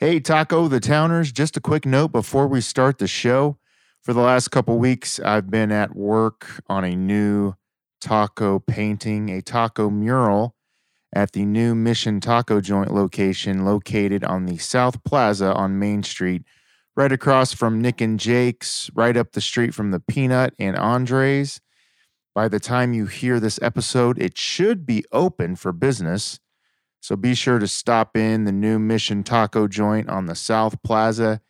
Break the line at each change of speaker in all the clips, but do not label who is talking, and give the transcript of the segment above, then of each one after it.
Hey, Taco the Towners, just a quick note before we start the show. For the last couple weeks, I've been at work on a new taco painting, a taco mural at the new Mission Taco Joint location located on the South Plaza on Main Street, right across from Nick and Jake's, right up the street from the Peanut and Andre's. By the time you hear this episode, it should be open for business. So be sure to stop in the new Mission Taco Joint on the South Plaza,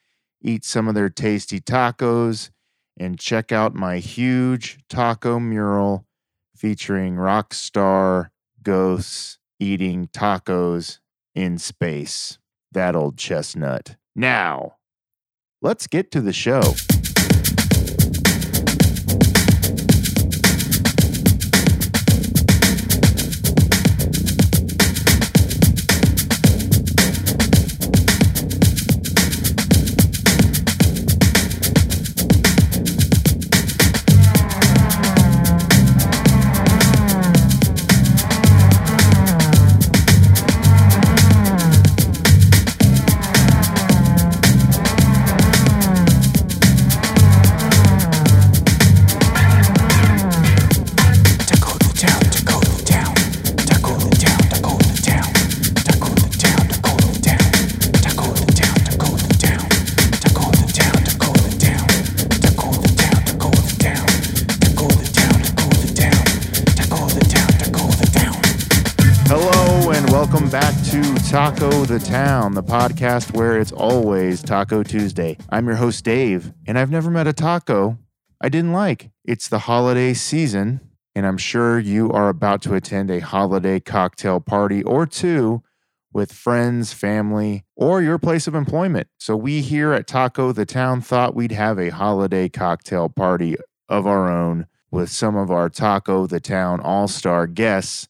eat some of their tasty tacos, and check out my huge taco mural featuring rock star ghosts eating tacos in space. That old chestnut. Now, let's get to the show. Hello and welcome back to Taco the Town, the podcast where it's always Taco Tuesday. I'm your host, Dave, and I've never met a taco I didn't like. It's the holiday season, and I'm sure you are about to attend a holiday cocktail party or two with friends, family, or your place of employment. So, we here at Taco the Town thought we'd have a holiday cocktail party of our own with some of our Taco the Town all star guests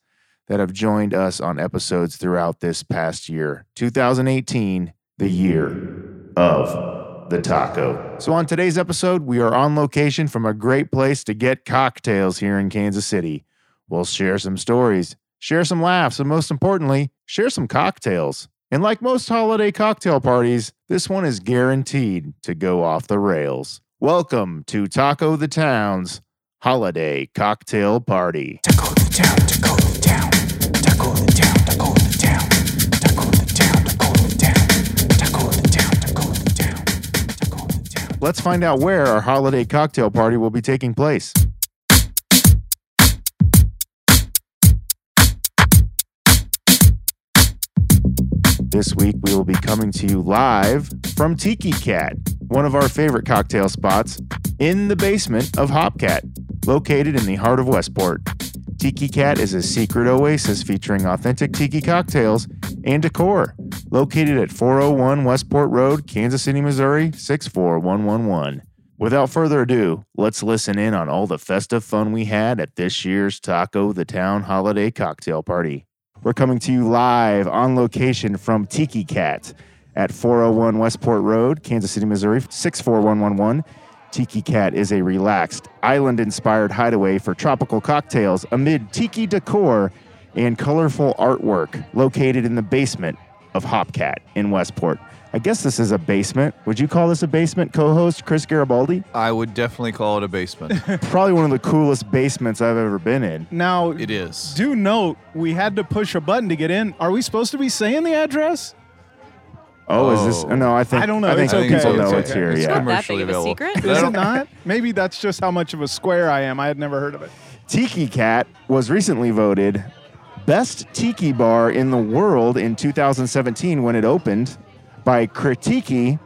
that have joined us on episodes throughout this past year, 2018, the year of the taco. So, on today's episode, we are on location from a great place to get cocktails here in Kansas City. We'll share some stories, share some laughs, and most importantly, share some cocktails. And like most holiday cocktail parties, this one is guaranteed to go off the rails. Welcome to Taco the Town's Holiday Cocktail Party. Let's find out where our holiday cocktail party will be taking place. This week, we will be coming to you live from Tiki Cat, one of our favorite cocktail spots, in the basement of Hopcat, located in the heart of Westport. Tiki Cat is a secret oasis featuring authentic tiki cocktails and decor, located at 401 Westport Road, Kansas City, Missouri 64111. Without further ado, let's listen in on all the festive fun we had at this year's Taco the Town Holiday Cocktail Party. We're coming to you live on location from Tiki Cat at 401 Westport Road, Kansas City, Missouri 64111. Tiki Cat is a relaxed, island inspired hideaway for tropical cocktails amid tiki decor and colorful artwork located in the basement of Hopcat in Westport. I guess this is a basement. Would you call this a basement, co host Chris Garibaldi?
I would definitely call it a basement.
Probably one of the coolest basements I've ever been in.
Now,
it is.
do note we had to push a button to get in. Are we supposed to be saying the address?
Oh, is this?
Oh.
No, I think
I don't know.
I think
It's
I think
people
okay.
know
It's
it's, here.
It's
yeah,
not that
commercially
big of a
available.
secret.
I
Is it
don't-
not? Maybe that's just how much of a square I am. I had never heard of it.
Tiki Cat was recently voted best tiki bar in the world in 2017 when it opened by Kritiki.com.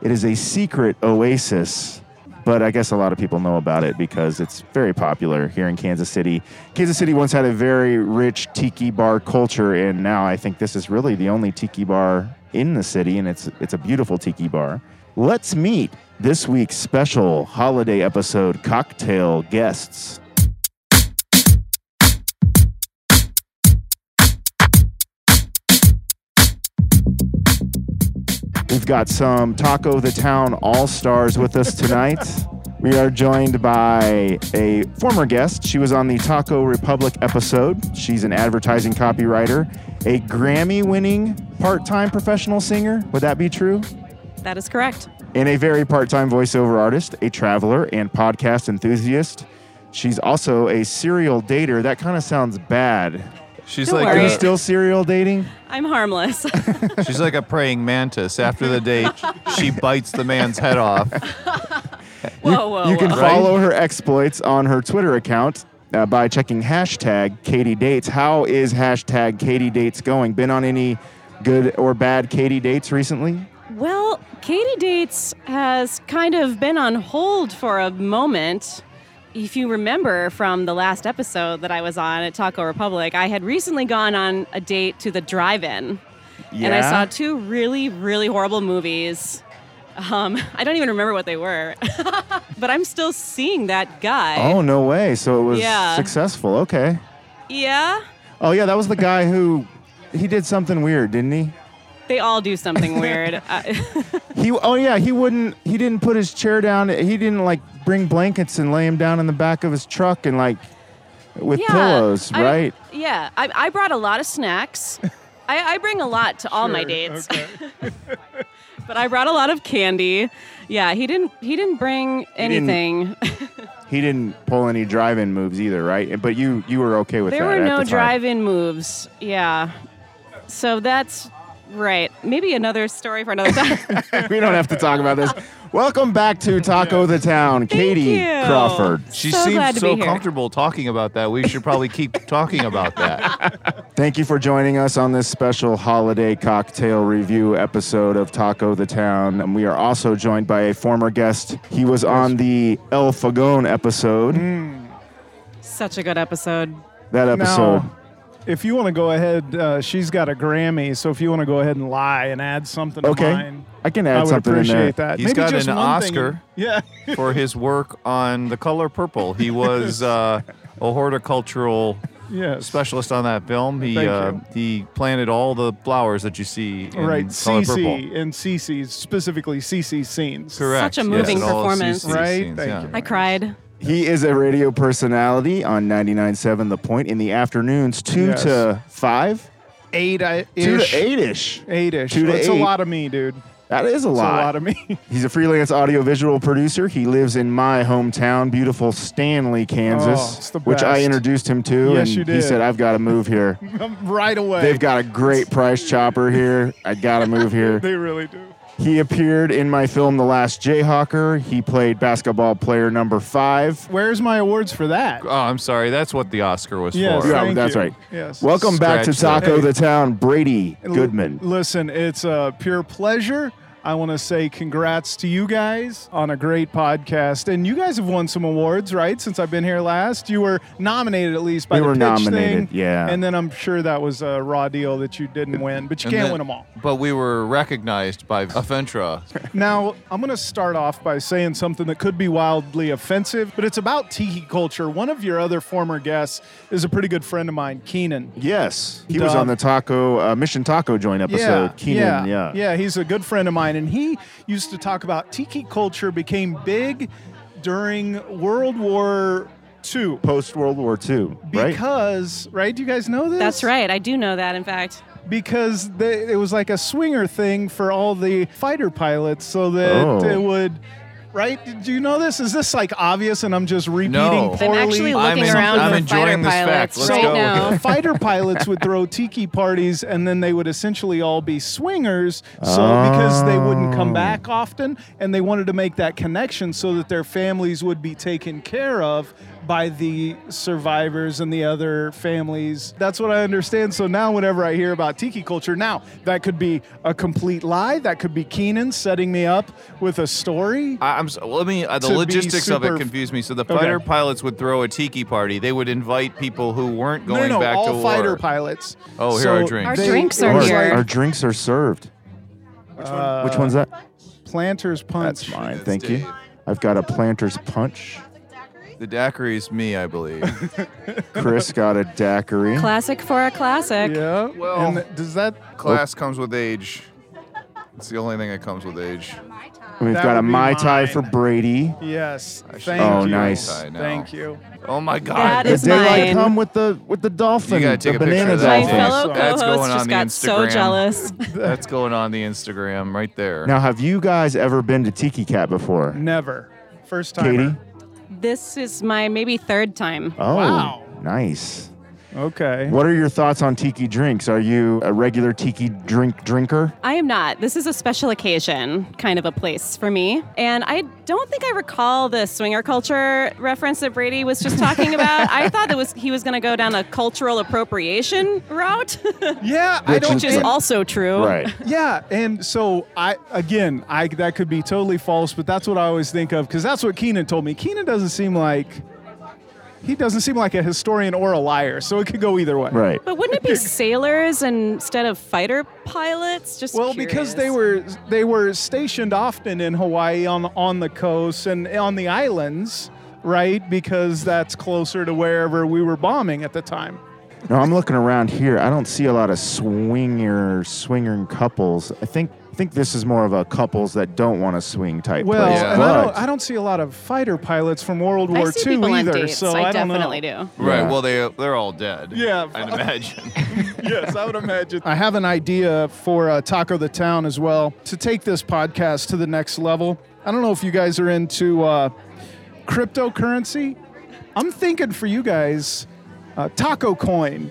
It is a secret oasis, but I guess a lot of people know about it because it's very popular here in Kansas City. Kansas City once had a very rich tiki bar culture, and now I think this is really the only tiki bar in the city, and it's it's a beautiful tiki bar. Let's meet this week's special holiday episode cocktail guests. We've got some Taco the Town All Stars with us tonight. We are joined by a former guest. She was on the Taco Republic episode. She's an advertising copywriter a Grammy winning part time professional singer. Would that be true?
That is correct.
and a very part time voiceover artist, a traveler, and podcast enthusiast. She's also a serial dater. That kind of sounds bad.
She's
Don't
like
worry.
Are you
Right.
a,
still serial dating?
I'm harmless.
she's like a praying mantis. After the date, she bites the man's head off.
whoa, whoa,
you can
whoa.
Right.
follow her exploits on her Twitter account uh, by checking hashtag Katie Dates. How is hashtag Katie Dates going? Been on any good or bad Katie Dates recently?
Well, Katie Dates has kind of been on hold for a moment. If you remember from the last episode that I was on at Taco Republic, I had recently gone on a date to the drive in. And I saw two really, really horrible movies. Um, I don't even remember what they were, but I'm still seeing that guy.
Oh, no way. So it was
Yeah.
successful. Okay.
Yeah,
Oh, yeah. That was the guy who he did something weird, didn't he?
they all do something weird. Uh, I-
He oh yeah, he wouldn't he didn't put his chair down. He didn't like bring blankets and lay him down in the back of his truck and like with pillows,
I-
right?
Yeah, I, I brought a lot of snacks. I, I bring a lot to all my dates, but I brought a lot of candy. Yeah, he didn't. He didn't bring
didn't-
anything.
He didn't pull any drive-in moves either, right? But you you were okay with
there
that.
were
at the
no
time.
drive-in moves. Yeah, so that's right. Maybe another story for another time.
we don't have to talk about this. Welcome back to Taco the Town, Katie
you.
Crawford.
She
So
seems
glad to
so
be here.
comfortable talking about that. We should probably keep talking about that.
Thank you for joining us on this special holiday cocktail review episode of Taco the Town. And we are also joined by a former guest. He was on the El Fagone episode.
Mm,
Such a good episode.
That episode.
Now, if you want to go ahead, uh, she's got a Grammy. So if you want to go ahead and lie and add something
Okay.
to mine,
I can
I
add
would
something in there.
appreciate that.
He's
Maybe
got
just
an
one thing.
Oscar.
Yeah.
For his work on The Color Purple, he was uh, a horticultural
yes.
specialist on that film. He
Thank
uh,
you.
he planted all the flowers that you see in
right.
Color Purple.
CC and CC's specifically CC scenes.
Correct.
Such a moving
yes, and all the
performance.
CC
Right,
scenes,
thank
yeah.
you.
I cried.
He is a radio personality on 99.7 The Point in the afternoons, 2
Yes.
to 5,
Eight. I,
2
ish.
to 8 ish.
Eight-ish.
Two to
That's
eight.
a lot of me, dude. It's
That is a
a
lot.
lot of me.
He's a freelance audiovisual producer. He lives in my hometown, beautiful Stanley,
Oh,
Kansas,
it's the
which I
best.
introduced him to. and
Yes, you
he
did.
said, I've got to move here.
right away.
They've got a great price chopper here. I got to move here.
They really do.
He appeared in my film, The Last Jayhawker. He played basketball player number five.
Where's my awards for that?
Uh,
Oh, I'm sorry. That's what the Oscar was
Yes,
for.
Yeah,
Thank
that's
you.
right.
Yes.
Welcome back to
Scratch
Taco
that.
the Town, Brady
L-
Goodman.
listen, it's a pure pleasure. I want to say congrats to you guys on a great podcast. And you guys have won some awards, right? Since I've been here last, you were nominated at least by
We
the
were
pitch
nominated,
thing.
yeah.
And then I'm sure that was a raw deal that you didn't win, but you
And
can't
then-
win them all.
But we were recognized by Afentra.
Now, I'm going to start off by saying something that could be wildly offensive, but it's about tiki culture. One of your other former guests is a pretty good friend of mine, Keenan.
Yes, he was
Duh.
on the Taco uh, Mission Taco Joint episode. Keenan, yeah,
yeah, yeah. He's a good friend of mine, and he used to talk about tiki culture became big during World War II
Post World War II, right?
because, right? Do you guys know this?
That's right. I do know that. In fact,
Because they, it was like a swinger thing for all the fighter pilots, so that
Oh.
it would. Right? Do you know this? Is this like obvious and I'm just repeating
No. I'm
I'm
poorly?
actually
I'm
looking
in-
around
I'm
for
enjoying
fighter
this fact.
pilots
Let's
right
go.
now.
uh, fighter pilots would throw tiki parties and then they would essentially all be swingers so because they wouldn't
Oh.
come back often and they wanted to make that connection so that their families would be taken care of by the survivors and the other families that's what i understand so now whenever i hear about tiki culture now that could be a complete lie that could be keenan setting me up with a story
I, I'm so, let me. Uh, the
To be
logistics of
super-
it confused me. So the fighter
Okay.
pilots would throw a tiki party. They would invite people who weren't
no,
going
no, no,
back
all
to
fighter
war.
pilots.
Oh, here
So
are drinks.
Our drinks are
it
Our,
was
here.
like,
our drinks are served.
uh,
Which one's that?
Planters punch.
That's mine.
That's
Thank you.
Dave.
I've got a planter's punch.
The daiquiri is me, I believe.
Chris got a daiquiri.
Classic for a classic.
Yeah.
Well-
and th- does that
Class comes with age. It's the only thing that comes with age.
My time.
We've
That
got a
would be
Mai Tai for
mine.
Brady.
Yes.
I should
Thank
Oh,
you.
nice.
I know.
Thank you.
Oh my God.
That
The
is
day I
mine.
come with the with the dolphin,
You gotta take
the
a picture
banana
of that
My
That's
dolphin.
fellow
That's going
co-host
on
just
the
got so
Instagram.
jealous.
That's going on the Instagram right there.
Now, have you guys ever been to Tiki Cat before?
Never. First
Katie?
time.
This is my maybe third time.
Oh,
Wow.
nice.
Okay.
What are your thoughts on tiki drinks? Are you a regular tiki drink drinker?
I am not. This is a special occasion kind of a place for me. And I don't think I recall the swinger culture reference that Brady was just talking about. I thought that was he was going to go down a cultural appropriation route,
Yeah, I
Which
don't
which is
Right.
and-
also true.
Right.
Yeah, and so I again, I that could be totally false, but that's what I always think of because that's what Keenan told me. Keenan doesn't seem like he doesn't seem like a historian or a liar, so it could go either way.
Right.
But wouldn't it be sailors instead of fighter pilots? Just
Well, because they
curious.
were they were stationed often in Hawaii on on the coast and on the islands, right? Because that's closer to wherever we were bombing at the time.
No, I'm looking around here. I don't see a lot of swinger swinging couples. I think I think this is more of a couples that don't want to swing type
Well,
place.
Yeah.
and I,
But
don't, I don't see a lot of fighter pilots from World
I
War
see
II
people on
either,
dates.
so
I,
I, don't
definitely
know.
do.
Right.
Yeah.
Well, they they're all dead.
Yeah.
I'd imagine.
yes, I would imagine. I have an idea for uh, Taco the Town as well to take this podcast to the next level. I don't know if you guys are into uh, cryptocurrency. I'm thinking for you guys, uh, Taco Coin,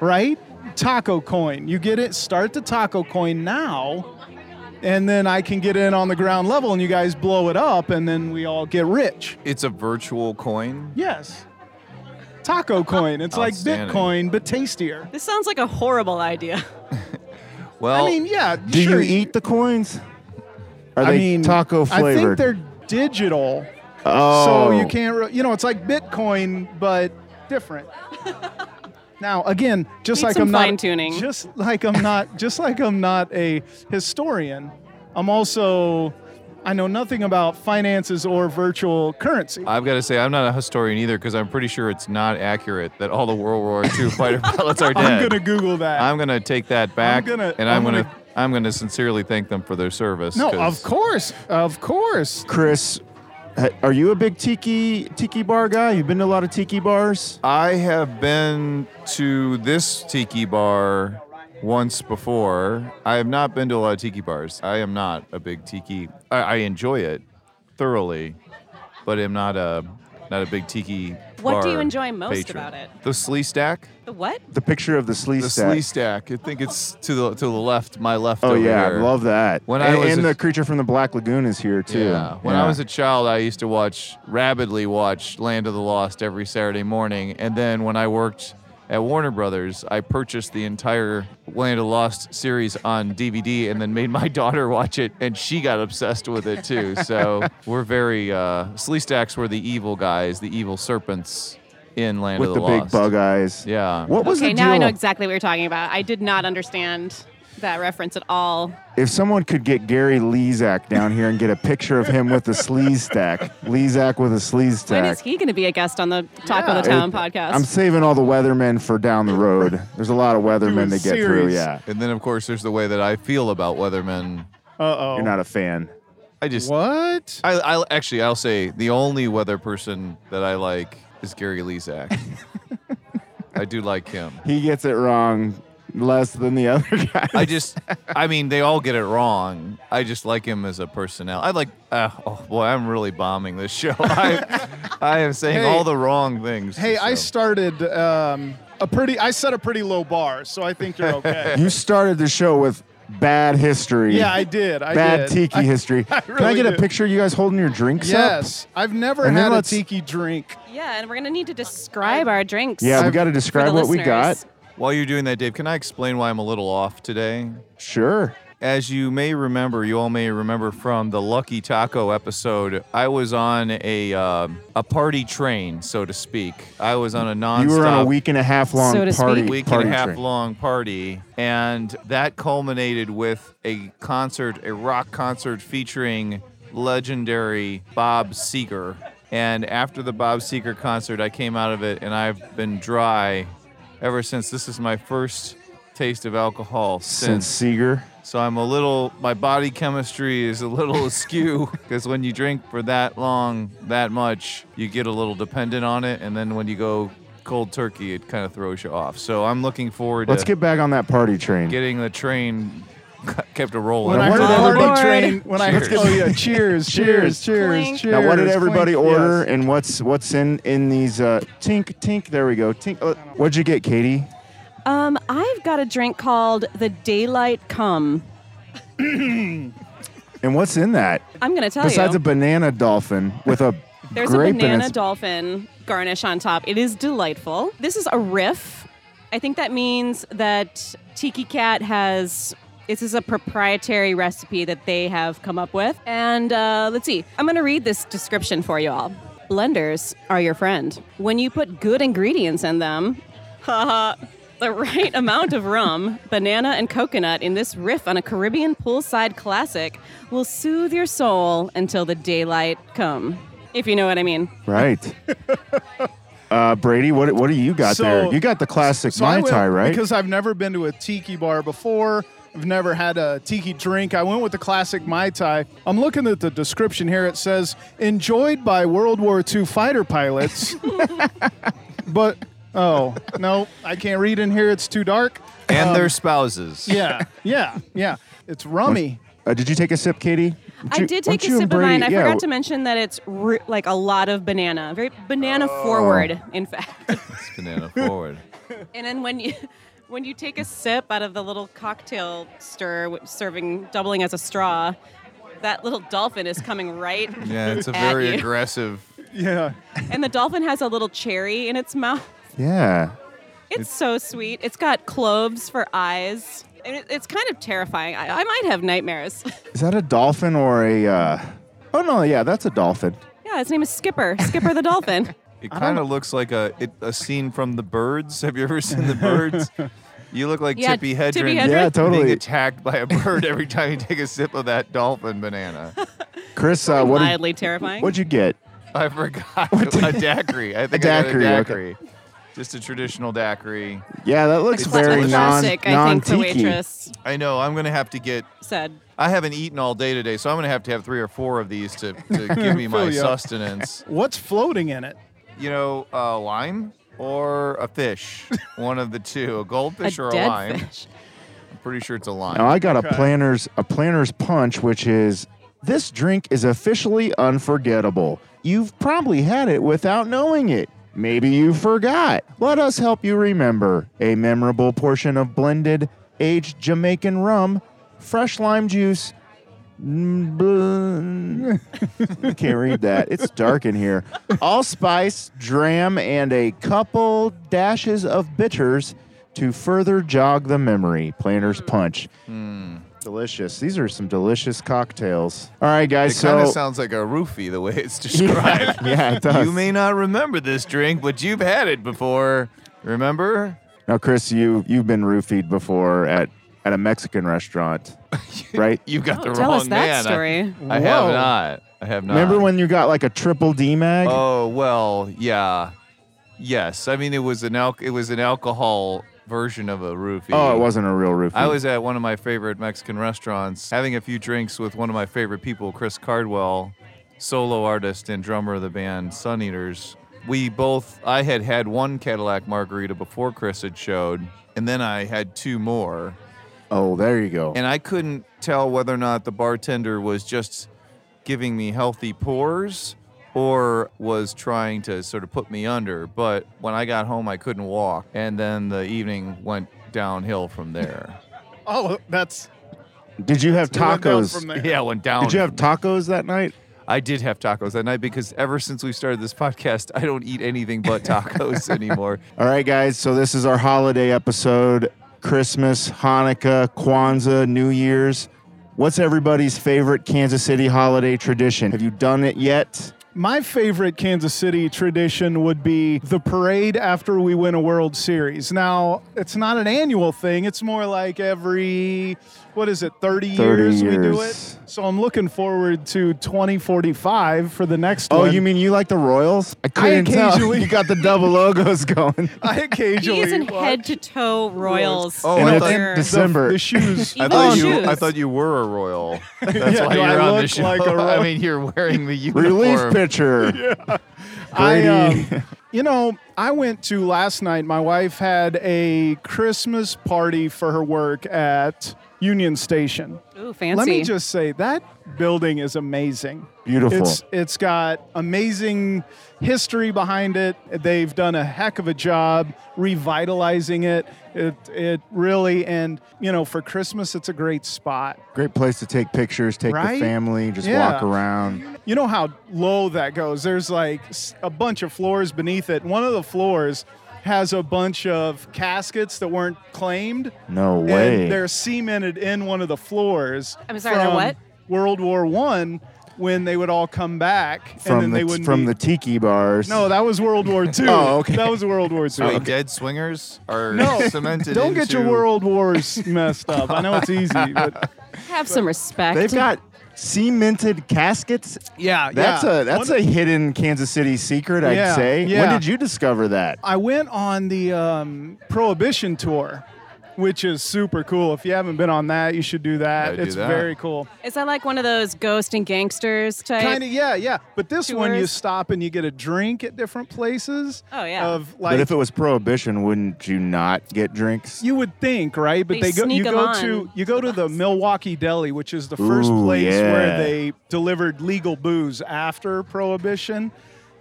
right? Taco Coin. You get it? Start the Taco Coin now. And then I can get in on the ground level and you guys blow it up and then we all get rich.
it's a virtual coin.
Yes. Taco coin. It's like
Outstanding.
Bitcoin, but tastier.
This sounds like a horrible idea.
Well,
I mean, yeah.
do
sure,
you eat the coins? Are
I
they
mean,
taco flavored?
I think they're digital,
oh,
so you can't. Re- you know, it's like Bitcoin, but different. now, again, just
Need
like
some
I'm not
fine-tuning.
just like I'm not, just like I'm not a historian, I'm also. I know nothing about finances or virtual currency.
I've got to say I'm not a historian either because I'm pretty sure it's not accurate that all the World War II fighter pilots are
I'm
dead.
gonna Google that.
I'm gonna take that back,
gonna-
and
I'm
I'm gonna,
gonna-
I'm gonna sincerely thank them for their service.
no,
'cause-
of course, of course.
Chris, ha- are you a big tiki tiki bar guy? You've been to a lot of tiki bars.
I have been to this tiki bar once before. I have not been to a lot of tiki bars. I am not a big tiki. I, I enjoy it thoroughly, but am not a not a big tiki.
What do
bar
you enjoy most
patron.
about it?
The slee stack.
The what?
The picture of the sleeve
The
stack.
slee stack. I think it's to the to the left. My left.
Oh
over
yeah,
here.
love that.
When
and,
I was
and
a-
the creature from the Black Lagoon is here too.
Yeah. When I was a child, I used to watch rabidly watch Land of the Lost every Saturday morning, and then when I worked at Warner Brothers, I purchased the entire Land of the Lost series on DVD, and then made my daughter watch it, and she got obsessed with it too. So we're very uh, Sleestacks were the evil guys, the evil serpents in Land
with
of
the,
the,
big
Lost.
bug eyes.
Yeah.
What was
okay,
the deal?
now I know exactly what you're talking about. I did not understand that reference at all.
If someone could get Gary Lezak down here and get a picture of him with the sleeve stack, Lezak with a sleeve stack.
When is he going to be a guest on the Talk
Yeah.
of the Town
It-
podcast?
I'm saving all the weathermen for down the road. There's a lot of weathermen
Do a
to get through.
series.
Yeah,
And then of course there's the way that I feel about Weathermen.
Uh oh.
you're not a fan.
I just
What?
I, I'll actually I'll say the only weather person that I like is Gary Lezak. I do like him.
He gets it wrong less than the other guy.
I just I mean they all get it wrong. I just like him as a personnel. I like uh, oh boy I'm really bombing this show. I I am saying
Hey.
all the wrong things.
Hey, I
so.
started um, a pretty. I set a pretty low bar, so I think you're okay.
You started the show with bad history.
yeah, I did. I
bad
did.
tiki
I-
history. Can I
really
get a
did.
picture of you guys holding your drinks up?
Yes, I've never
And then
had a
let's-
tiki drink.
yeah, and we're going to need to describe our drinks.
Yeah, we
for
got to describe
the
what we got.
listeners.
While you're doing that, Dave, can I explain why I'm a little off today?
Sure.
As you may remember, you all may remember from the Lucky Taco episode, I was on a um a party train, so to speak. I was on a nonstop
You were on a week and a half long
So to speak.
party.
week
party
and a half
train.
long party, and that culminated with a concert, a rock concert featuring legendary Bob Seger. And after the Bob Seger concert, I came out of it, and I've been dry ever since. This is my first taste of alcohol
since
since
Seeger.
So I'm a little, my body chemistry is a little askew because when you drink for that long, that much, you get a little dependent on it. And then when you go cold turkey, it kind of throws you off. So I'm looking forward
Let's
to
get back on that party train.
getting the train kept a rolling.
When I
what
heard
did
party
everybody-
train, when I heard,
Cheers.
oh yeah, cheers, cheers, cheers,
Clink.
cheers.
now, what did everybody
clink,
order,
yes.
and what's what's in in these uh, tink tink? There we go. Tink. Uh, what'd you get, Katie?
Um, I've got a drink called the Daylight Cum.
And what's in that
I'm going to tell
besides
you.
a banana dolphin with a
There's a
grape in
banana
its-
dolphin garnish on top. It is delightful. This is a riff. I think that means that Tiki Cat has. This is a proprietary recipe that they have come up with. And uh, let's see, I'm going to read this description for you all. Blenders are your friend. When you put good ingredients in them, haha, the right amount of rum, banana, and coconut in this riff on a Caribbean poolside classic will soothe your soul until the daylight come. If you know what I mean.
Right. uh, Brady, what what do you got
So-
there? You got the classic
So
mai
I went-
tai, right?
Because I've never been to a tiki bar before. I've never had a tiki drink. I went with the classic Mai Tai. I'm looking at the description here. It says, enjoyed by World War II fighter pilots. but, oh, no, I can't read in here. It's too dark.
and their spouses.
Yeah, yeah, yeah. It's rummy.
uh, did you take a sip, Katie? Why
I
don't
did
you- why
take
don't
a
you and
sip of mine. I
Brady- yeah,
forgot to mention that it's ru- like a lot of banana, very banana
Oh.
forward, in fact.
It's banana forward.
and then when you when you take a sip out of the little cocktail stir, w- serving doubling as a straw, that little dolphin is coming right.
Yeah, it's a
At
very
you.
aggressive.
Yeah.
and the dolphin has a little cherry in its mouth.
Yeah.
It's, so sweet. It's got cloves for eyes. And it, it's kind of terrifying. I, I might have nightmares.
Is that a dolphin or a? Uh... Oh no, yeah, that's a dolphin.
yeah, his name is Skipper. Skipper the dolphin.
It kind of looks like a it, a scene from The Birds. Have you ever seen The Birds? You look like
Yeah,
Tippy Hedren.
Tippi Hedren.
Yeah, totally.
Being attacked by a bird every time you take a sip of that dolphin banana.
Chris, uh, what did,
Mildly terrifying.
what'd you get?
I forgot a daiquiri. I think
daiquiri,
I got
okay.
a daiquiri. Just a traditional daiquiri.
Yeah, that looks
Cla-
very non
classic, I
non
think the
tiki.
waitress
I know I'm gonna have to get.
said.
I haven't eaten all day today, so I'm gonna have to have three or four of these to, to give me my
Fill you up.
sustenance.
What's floating in it?
You know, uh, lime or a fish. One of the two, a goldfish
a
or
dead
a lime.
fish.
I'm pretty sure it's a lime.
Now I got a
Okay.
planner's a planner's punch, which is this drink is officially unforgettable. You've probably had it without knowing it. Maybe you forgot. Let us help you remember a memorable portion of blended aged Jamaican rum, fresh lime juice. mm, bl- I can't read that. It's dark in here. Allspice, dram, and a couple dashes of bitters to further jog the memory. Planner's punch.
Hmm.
Delicious. These are some delicious cocktails. All right,
it
guys. so
kind of sounds like a roofie the way it's described.
yeah, it does.
You may not remember this drink, but you've had it before. Remember?
now, Chris, you you've been roofied before at at a Mexican restaurant, right?
You got the
Oh, Tell
wrong
us that
man. I-
story.
I, have
Whoa.
not. I have not.
Remember when you got like a triple D mag?
Oh well, yeah, yes. I mean, it was an al- it was an alcohol version of a roofie.
Oh, it wasn't a real roofie.
I was at one of my favorite Mexican restaurants, having a few drinks with one of my favorite people, Chris Cardwell, solo artist and drummer of the band Sun Eaters. We both, I had had one Cadillac margarita before Chris had showed, and then I had two more.
Oh, there you go.
And I couldn't tell whether or not the bartender was just giving me healthy pours or was trying to sort of put me under. But when I got home, I couldn't walk. And then the evening went downhill from there.
Oh, that's
Did you have
it went down
tacos?
From there.
yeah, it went down.
Did you have tacos that night?
I did have tacos that night because ever since we started this podcast, I don't eat anything but tacos anymore.
All right, guys. So this is our holiday episode: Christmas, Hanukkah, Kwanzaa, New Year's. What's everybody's favorite Kansas City holiday tradition? Have you done it yet?
My favorite Kansas City tradition would be the parade after we win a World Series. Now, it's not an annual thing, it's more like every what is it, 30,
30
years, we do
years.
it? So I'm looking forward to 2045 for the next
Oh,
one.
you mean you like the Royals? I couldn't tell.
occasionally-
You got the double logos going.
I
He
occasionally
is in
watch
head to toe Royals.
Oh,
And
I
it's
thought-
in
color.
the,
December.
the shoes.
I
Even
thought
the
you. I
shoes.
thought you were a royal. That's
Yeah,
why
do
you're
I
on
look
the show.
like a
I
royal?
mean, you're wearing the uniform.
Relief pitcher.
I,
Brady.
um, you know, I went to last night. My wife had a Christmas party for her work at Union Station.
Ooh, fancy.
Let me just say that building is amazing.
Beautiful.
It's it's got amazing history behind it. They've done a heck of a job revitalizing it. It it really and you know for Christmas it's a great spot.
Great place to take pictures, take
Right?
the family, just
Yeah.
walk around.
You know how low that goes. There's like s- a bunch of floors beneath it. One of the floors has a bunch of caskets that weren't claimed.
No way.
And they're cemented in one of the floors.
I'm sorry, they're
from
what?
World War One, when they would all come back, and
from
then
the
they wouldn't
from
be-
the tiki bars.
No, that was World War Two.
Oh, okay.
That was World War Two.
So wait, dead swingers are
No,
cemented.
Don't get your
into-
World Wars messed up. I know it's easy, but
have some respect.
they've got cemented caskets.
yeah,
That's a that's a hidden Kansas City secret, I'd
Yeah,
say. When
yeah.
did you discover that?
I went on the um, Prohibition tour, which is super cool. If you haven't been on that, you should do that.
Gotta do
it's
that.
very cool.
Is that like one of those ghost and gangsters type?
Kind of, yeah, yeah. But this one, you
Tours.
stop and you get a drink at different places.
Oh, yeah.
Of like,
But if it was prohibition, wouldn't you not get drinks?
you would think, right? But
They
they, go.
sneak
You
'em
go
on
to you go to the Milwaukee Deli, which is the first
Ooh,
place
yeah.
where they delivered legal booze after Prohibition,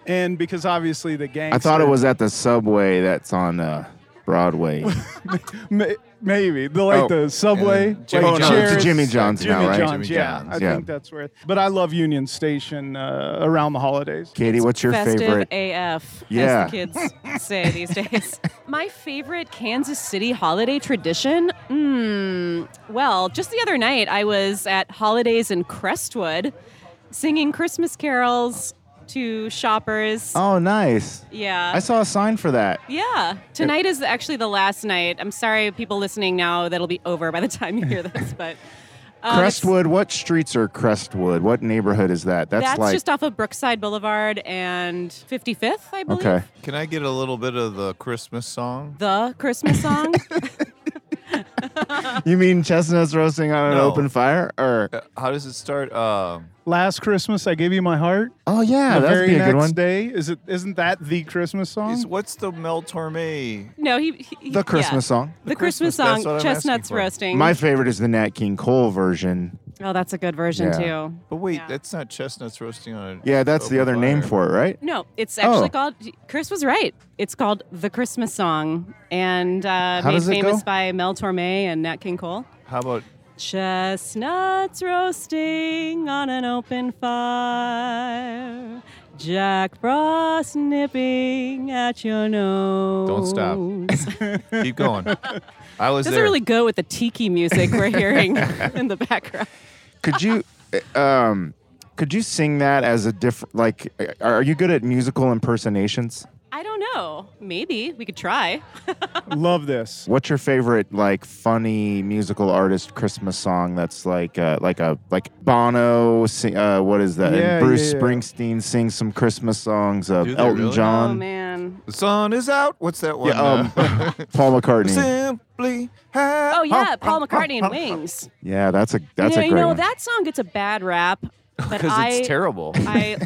and because obviously the gang.
I thought it was at the subway that's on uh, Broadway.
May- maybe the like
Oh,
the subway.
and Jimmy
like
John's.
Cheers.
To Jimmy John's
Jimmy
now, right?
John's,
Jimmy
yeah,
John's,
I
yeah.
think that's where. But I love Union Station uh, around the holidays.
Katie, what's your
Festive
favorite?
AF,
Yeah.
as the kids say these days. My favorite Kansas City holiday tradition? Mm, well, just the other night I was at Holidays in Crestwood singing Christmas carols to shoppers.
Oh, nice.
yeah.
I saw a sign for that.
yeah. Tonight is actually the last night. I'm sorry, people listening now, that'll be over by the time you hear this, but. um,
Oh,
it's-
Crestwood, what streets are Crestwood? What neighborhood is that? That's,
That's,
like
just off of Brookside Boulevard and 55th, I believe.
Okay.
Can I get a little bit of the Christmas song?
The Christmas song.
You mean chestnuts roasting on an
No.
open fire? Or
Uh, How does it start? Um,
Last Christmas, I gave you my heart.
oh yeah,
the
that'd
very
be a
next
good one.
day is it? Isn't that the Christmas song?
is- what's the Mel Torme?
no, he. he- he-
The Christmas
yeah.
song.
The Christmas,
Christmas, that's what
song,
I'm
Chestnuts
asking for.
Roasting.
My favorite is the Nat King Cole version.
oh, that's a good version,
Yeah.
too.
But wait,
Yeah.
that's not chestnuts roasting on a.
Yeah, that's the
open
other name
fire.
for it, right?
No, it's actually
Oh.
called. Chris was right. It's called The Christmas Song and uh,
How
made
does it
famous
go?
by Mel Torme and Nat King Cole.
How about
Chestnuts roasting on an open fire. Jack Frost nipping at your nose.
stop. keep going? I was
Doesn't
there.
really go with the tiki music we're hearing in the background.
Could you, uh, um, could you sing that as a different? Like, uh, are you good at musical impersonations?
I don't know. Maybe we could try.
Love this.
What's your favorite like funny musical artist Christmas song that's like uh, like a like Bono? sing- Uh, what is that? And
Yeah,
Bruce
yeah, yeah.
Springsteen sings some Christmas songs. Uh,
Do they
Elton
really?
oh
John.
man.
the sun is out. What's that one? Uh,
Yeah, um, Paul McCartney.
Simply have.
Oh yeah, Paul McCartney and Wings.
Yeah, that's a that's a
yeah,
great
you know
one.
that song gets a bad rap, but
Because
Oh, I
it's terrible.
I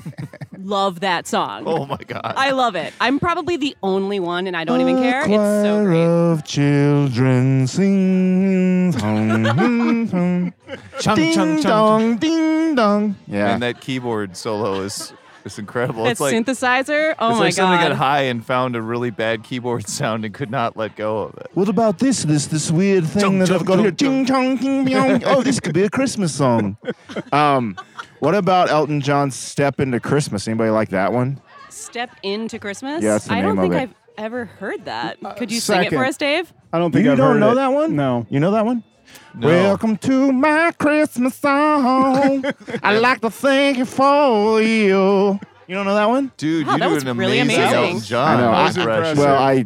love that song.
oh my god.
I love it. I'm probably the only one, and I don't even care. It's so great.
of children sings. hum, hum, hum.
Chung,
ding
chung, chung,
dong,
chung.
ding dong. Yeah.
And that keyboard solo is is incredible.
That
it's like
synthesizer. Oh
it's
my
like somebody
god.
got high and found a really bad keyboard sound and could not let go of it.
what about this? This this weird thing
Chung,
that I've
chung,
got here. Ding
chung,
dong, ding dong. Oh, this could be a Christmas song. um, what about Elton John's "Step into Christmas"? Anybody like that one?
Step into Christmas.
Yeah, that's the
I don't
name of
think
it. Uh,
I've ever heard that. Could you sing it
second.
for us, Dave?
I don't think
you
I've
don't
heard
know
it.
that one?
No.
You know that one?
No.
Welcome to my Christmas song. I'd like to thank you for you. You don't know that one? Ah,
Dude,
Wow,
you
that
do
was
an
really
amazing,
amazing.
Elton
I
John.
know.
That was
I-
impressive.
Well, I.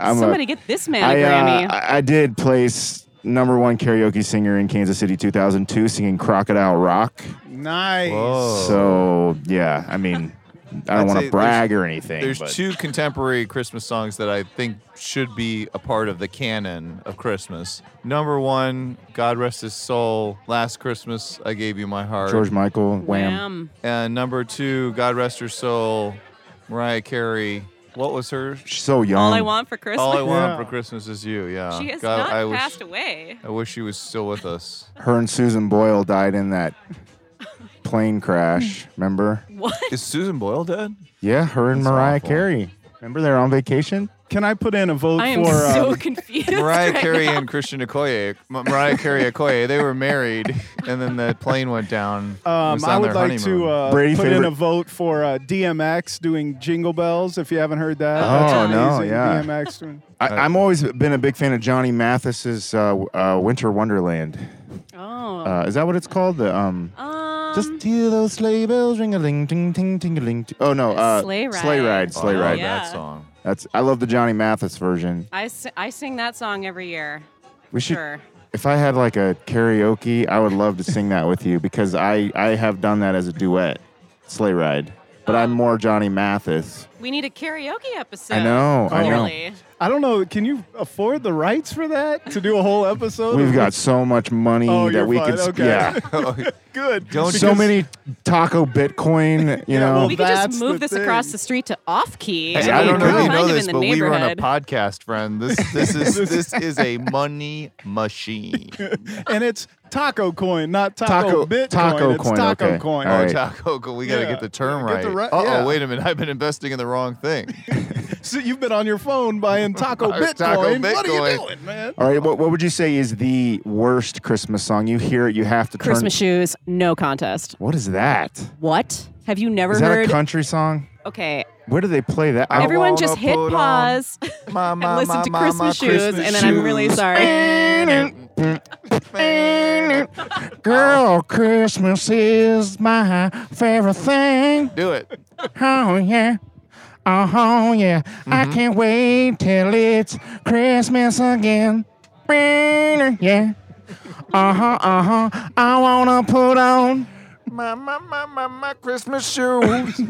I'm a-
Somebody get this man a
I, uh,
Grammy.
I I did place number one karaoke singer in Kansas City 2002, singing Crocodile Rock.
Nice.
Whoa.
So, yeah, I mean, I
I'd
don't want
say
to brag or anything.
There's
but
two contemporary Christmas songs that I think should be a part of the canon of Christmas. Number one, God rest his soul, Last Christmas I Gave You My Heart.
George Michael, Wham.
Wham.
And number two, God rest her soul, Mariah Carey. What was her?
She's so young.
All I want for Christmas.
All I want
Yeah.
for Christmas is you. Yeah.
She has
God,
not
I wish,
passed away.
I wish she was still with us.
Her and Susan Boyle died in that plane crash. Remember?
What?
Is Susan Boyle dead?
Yeah, her and
That's
Mariah
awful.
Carey. Remember they're on vacation?
Can I put in a vote
I am
for
so
um,
confused.
Mariah
right
Carey
now.
and Christian Okoye. Ma- Mariah Carey Okoye. They were married, and then the plane went down. It
Um,
was
I
on
would
their
like to
honeymoon.
uh,
Brady
put in
favorite-
a vote for uh, DMX doing Jingle Bells. If you haven't heard that,
Oh,
that's
no,
amazing.
yeah.
DMX doing.
I,
Uh,
I'm always been a big fan of Johnny Mathis's uh, uh, Winter Wonderland.
Oh.
Uh, is that what it's called? The um,
um,
just hear those sleigh bells ring a ling ting ting ting a ling. Oh no, uh,
Sleigh Ride.
sleigh ride,
Oh,
sleigh
I love
ride.
yeah.
that song.
That's I love the Johnny Mathis version.
I, s- I sing that song every year.
We should.
Sure.
If I had like a karaoke, I would love to sing that with you because I I have done that as a duet, sleigh ride. But I'm more Johnny Mathis.
We need a karaoke episode.
I know, I know.
Really.
I don't know. Can you afford the rights for that to do a whole episode?
We've
of-
got so much money
Oh, you're
that we
fine,
could. s-
okay.
Yeah.
good.
Don't-
so
because-
many taco Bitcoin, you
Yeah,
know.
well,
we could
that's
just
the
move this across
thing.
the street to off key.
Hey,
Yeah,
I
we
don't know
could.
if you
Find
know
him
this,
in the
but we run a
neighborhood.
podcast, friend. This this is this is a money machine.
and it's Taco Coin, not
Taco-
Taco, Bitcoin.
Taco
it's
coin,
Taco
okay.
Coin.
All
Oh,
right.
Taco, Bell, we got to
Yeah,
get the term
get
right.
the right-
Uh-oh,
yeah.
wait a minute. I've been investing in the wrong thing.
So you've been on your phone buying Taco Bitcoin.
Taco
What are
Bitcoin.
you doing, man?
All right, what, what would you say is the worst Christmas song? You hear it, you have to turn.
Christmas shoes, no contest.
What is that? Is
What? Have you never
that
heard?
a country song?
okay,
Where do they play that? I-
Every-
everyone
wanna
just hit
put on
pause
My,
and
my,
listen
my,
to
my,
Christmas,
my
shoes, and then I'm really
shoes.
sorry.
Girl, Christmas is my favorite thing.
Do it.
Oh yeah. Oh yeah. I can't wait till it's Christmas again. Yeah. Uh-huh, uh-huh. I wanna put on
My, my, my, my, my Christmas shoes.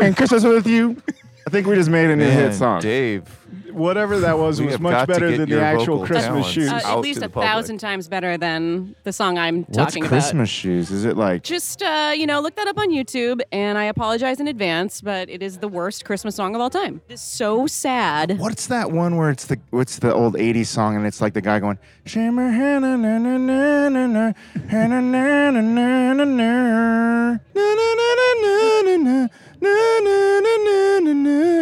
and Christmas with you. I think we just made a new
Man,
hit song.
Dave.
Whatever that was
We
was
have got
much
to
better
get
than the
your
actual
vocal
Christmas
talents.
shoes.
Uh, at
out
least
to
a
the public.
thousand times better than the song I'm
What's
talking about.
Christmas shoes? Is it like
Just uh, you know, look that up on YouTube, and I apologize in advance, but it is the worst Christmas song of all time. It's so sad.
what's that one where it's the what's the old 80s song and it's like the guy going shimmer na na na na na na na na na na na na na na na na na na na na na na na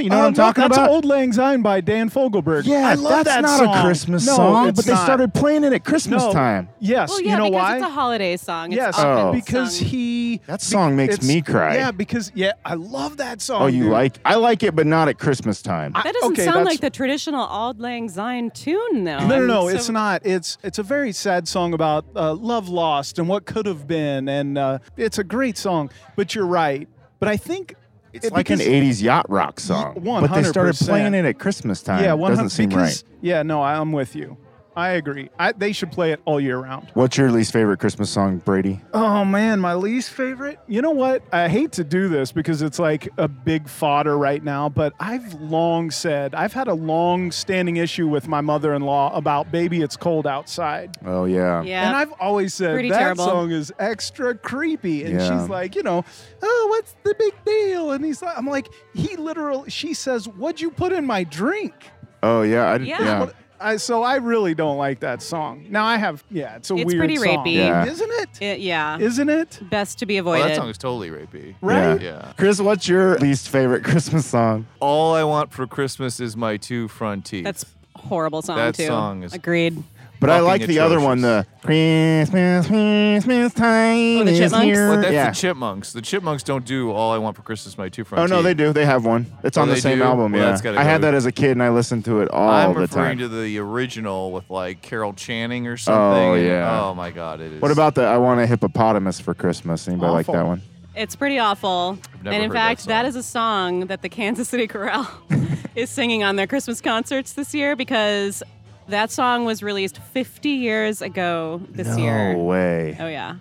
you know what
Uh,
I'm
no,
talking
that's
about?
Old Lang Syne by Dan Fogelberg.
yeah,
I love
that's
that
not
song.
a Christmas
No,
song,
it's
but they
not.
started playing it at Christmas
no.
time.
Yes,
Well, yeah,
you know
because
why?
it's a holiday song. It's
yes,
often
Oh.
because
sung.
he
That song makes
it's-
me cry.
Yeah, because yeah, I love that song.
Oh, you
dude.
like I like it, but not at Christmas time.
I-
That doesn't
okay,
sound
that's-
like the traditional Auld Lang Syne tune, though.
No, no,
I'm
no.
so-
It's not. It's it's a very sad song about uh, love lost and what could have been, and uh, it's a great song. But you're right. But I think
It's like an 80s yacht rock song, but they started
100%.
playing it at Christmas time.
Yeah, one
doesn't
hundred.
seem right.
Yeah, no, I, I'm with you. I agree. I, they should play it all year round.
What's your least favorite Christmas song, Brady?
Oh man, my least favorite. You know what? I hate to do this because it's like a big fodder right now, but I've long said I've had a long standing issue with my mother-in-law about "Baby, It's Cold Outside."
Oh yeah.
Yeah.
And I've always said
Pretty
that
terrible.
song is extra creepy. And
Yeah.
she's like, you know, oh, what's the big deal? And he's like, I'm like, he literal. She says, "What'd you put in my drink?"
Oh yeah, I did, yeah.
Yeah.
yeah.
What-
I, so I really don't like that song. Now I have, yeah, it's a
It's
weird
pretty
song.
rapey.
Yeah.
isn't it?
It- yeah.
Isn't it?
Best to be
Oh,
avoided.
that song is totally rapey.
Right?
Yeah.
Chris, what's your least favorite Christmas song?
All I want for Christmas is my two front teeth.
That's a horrible song
That
too.
song is-
Agreed.
But I
Fucking
like the other one, the Christmas, Christmas time
Oh, the
is
Chipmunks?
here.
Well,
But that's
yeah.
the Chipmunks. The Chipmunks don't do All I Want for Christmas My Two Front
oh no,
Teeth.
they do. They have one. It's
Oh,
on the
they
same
do?
album.
Well,
yeah,
that's gotta
I had
go.
that as a kid, and I listened to it all
I'm
the time.
referring to the original with like Carol Channing or something.
Oh,
and-
yeah.
Oh my God, it is.
what about the I want a hippopotamus for Christmas? Anybody like
Awful.
that one?
It's pretty awful.
never
and in
heard that
fact, that
song.
is a song that the Kansas City Chorale is singing on their Christmas concerts this year because That song was released 50 years ago this
no
year.
way.
Oh yeah.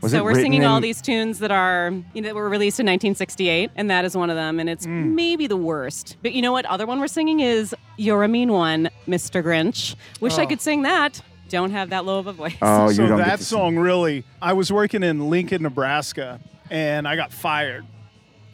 Was it
so we're
written
singing all
in-
these tunes that are you know, that were released in 1968, and that is one of them, and it's maybe the worst. But you know what? Other one we're singing is "You're a Mean One, Mr. Grinch." Wish I could sing that. Don't have that low of a voice.
Oh, you
so
don't get
that
to sing.
song really. I was working in Lincoln, Nebraska, and I got fired.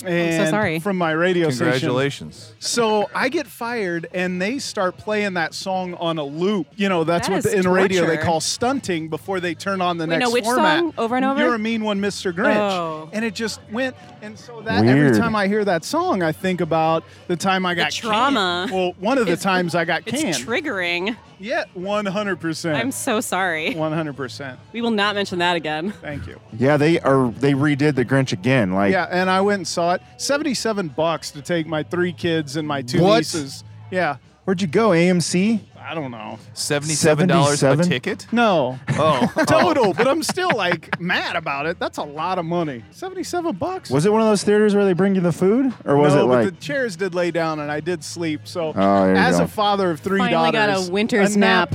And
sorry.
From my radio station.
Congratulations.
So I get fired, and they start playing that song on a loop. You know, that's
That
what
is
the, in radio they
torture.
call stunting before they turn on the
Wait,
next
no, which
format.
song? Over and over?
You're a mean one, Mr. Grinch.
Oh.
And it just went. And so that
Weird.
every time I hear that song, I think about the time I got
trauma.
Canned. Well, one of the
It's-
times I got
It's
canned.
triggering.
yeah, 100.
I'm
percent
so sorry.
100. percent
We will not mention that again.
Thank you.
Yeah, they are. They redid the Grinch again. Like,
Yeah, and I went and saw it. 77 bucks to take my three kids and my two
What?
nieces. Yeah,
where'd you go? AMC.
I don't know.
Seventy-seven dollars a
77?
ticket.
No.
Oh,
total, but I'm still like mad about it. That's a lot of money. 77 bucks.
Was it one of those theaters where they bring you the food, or was
no,
it like?
but the chairs did lay down and I did sleep. So
Oh, there you
as
go.
a father of three
Finally got a
daughters,
winter's nap.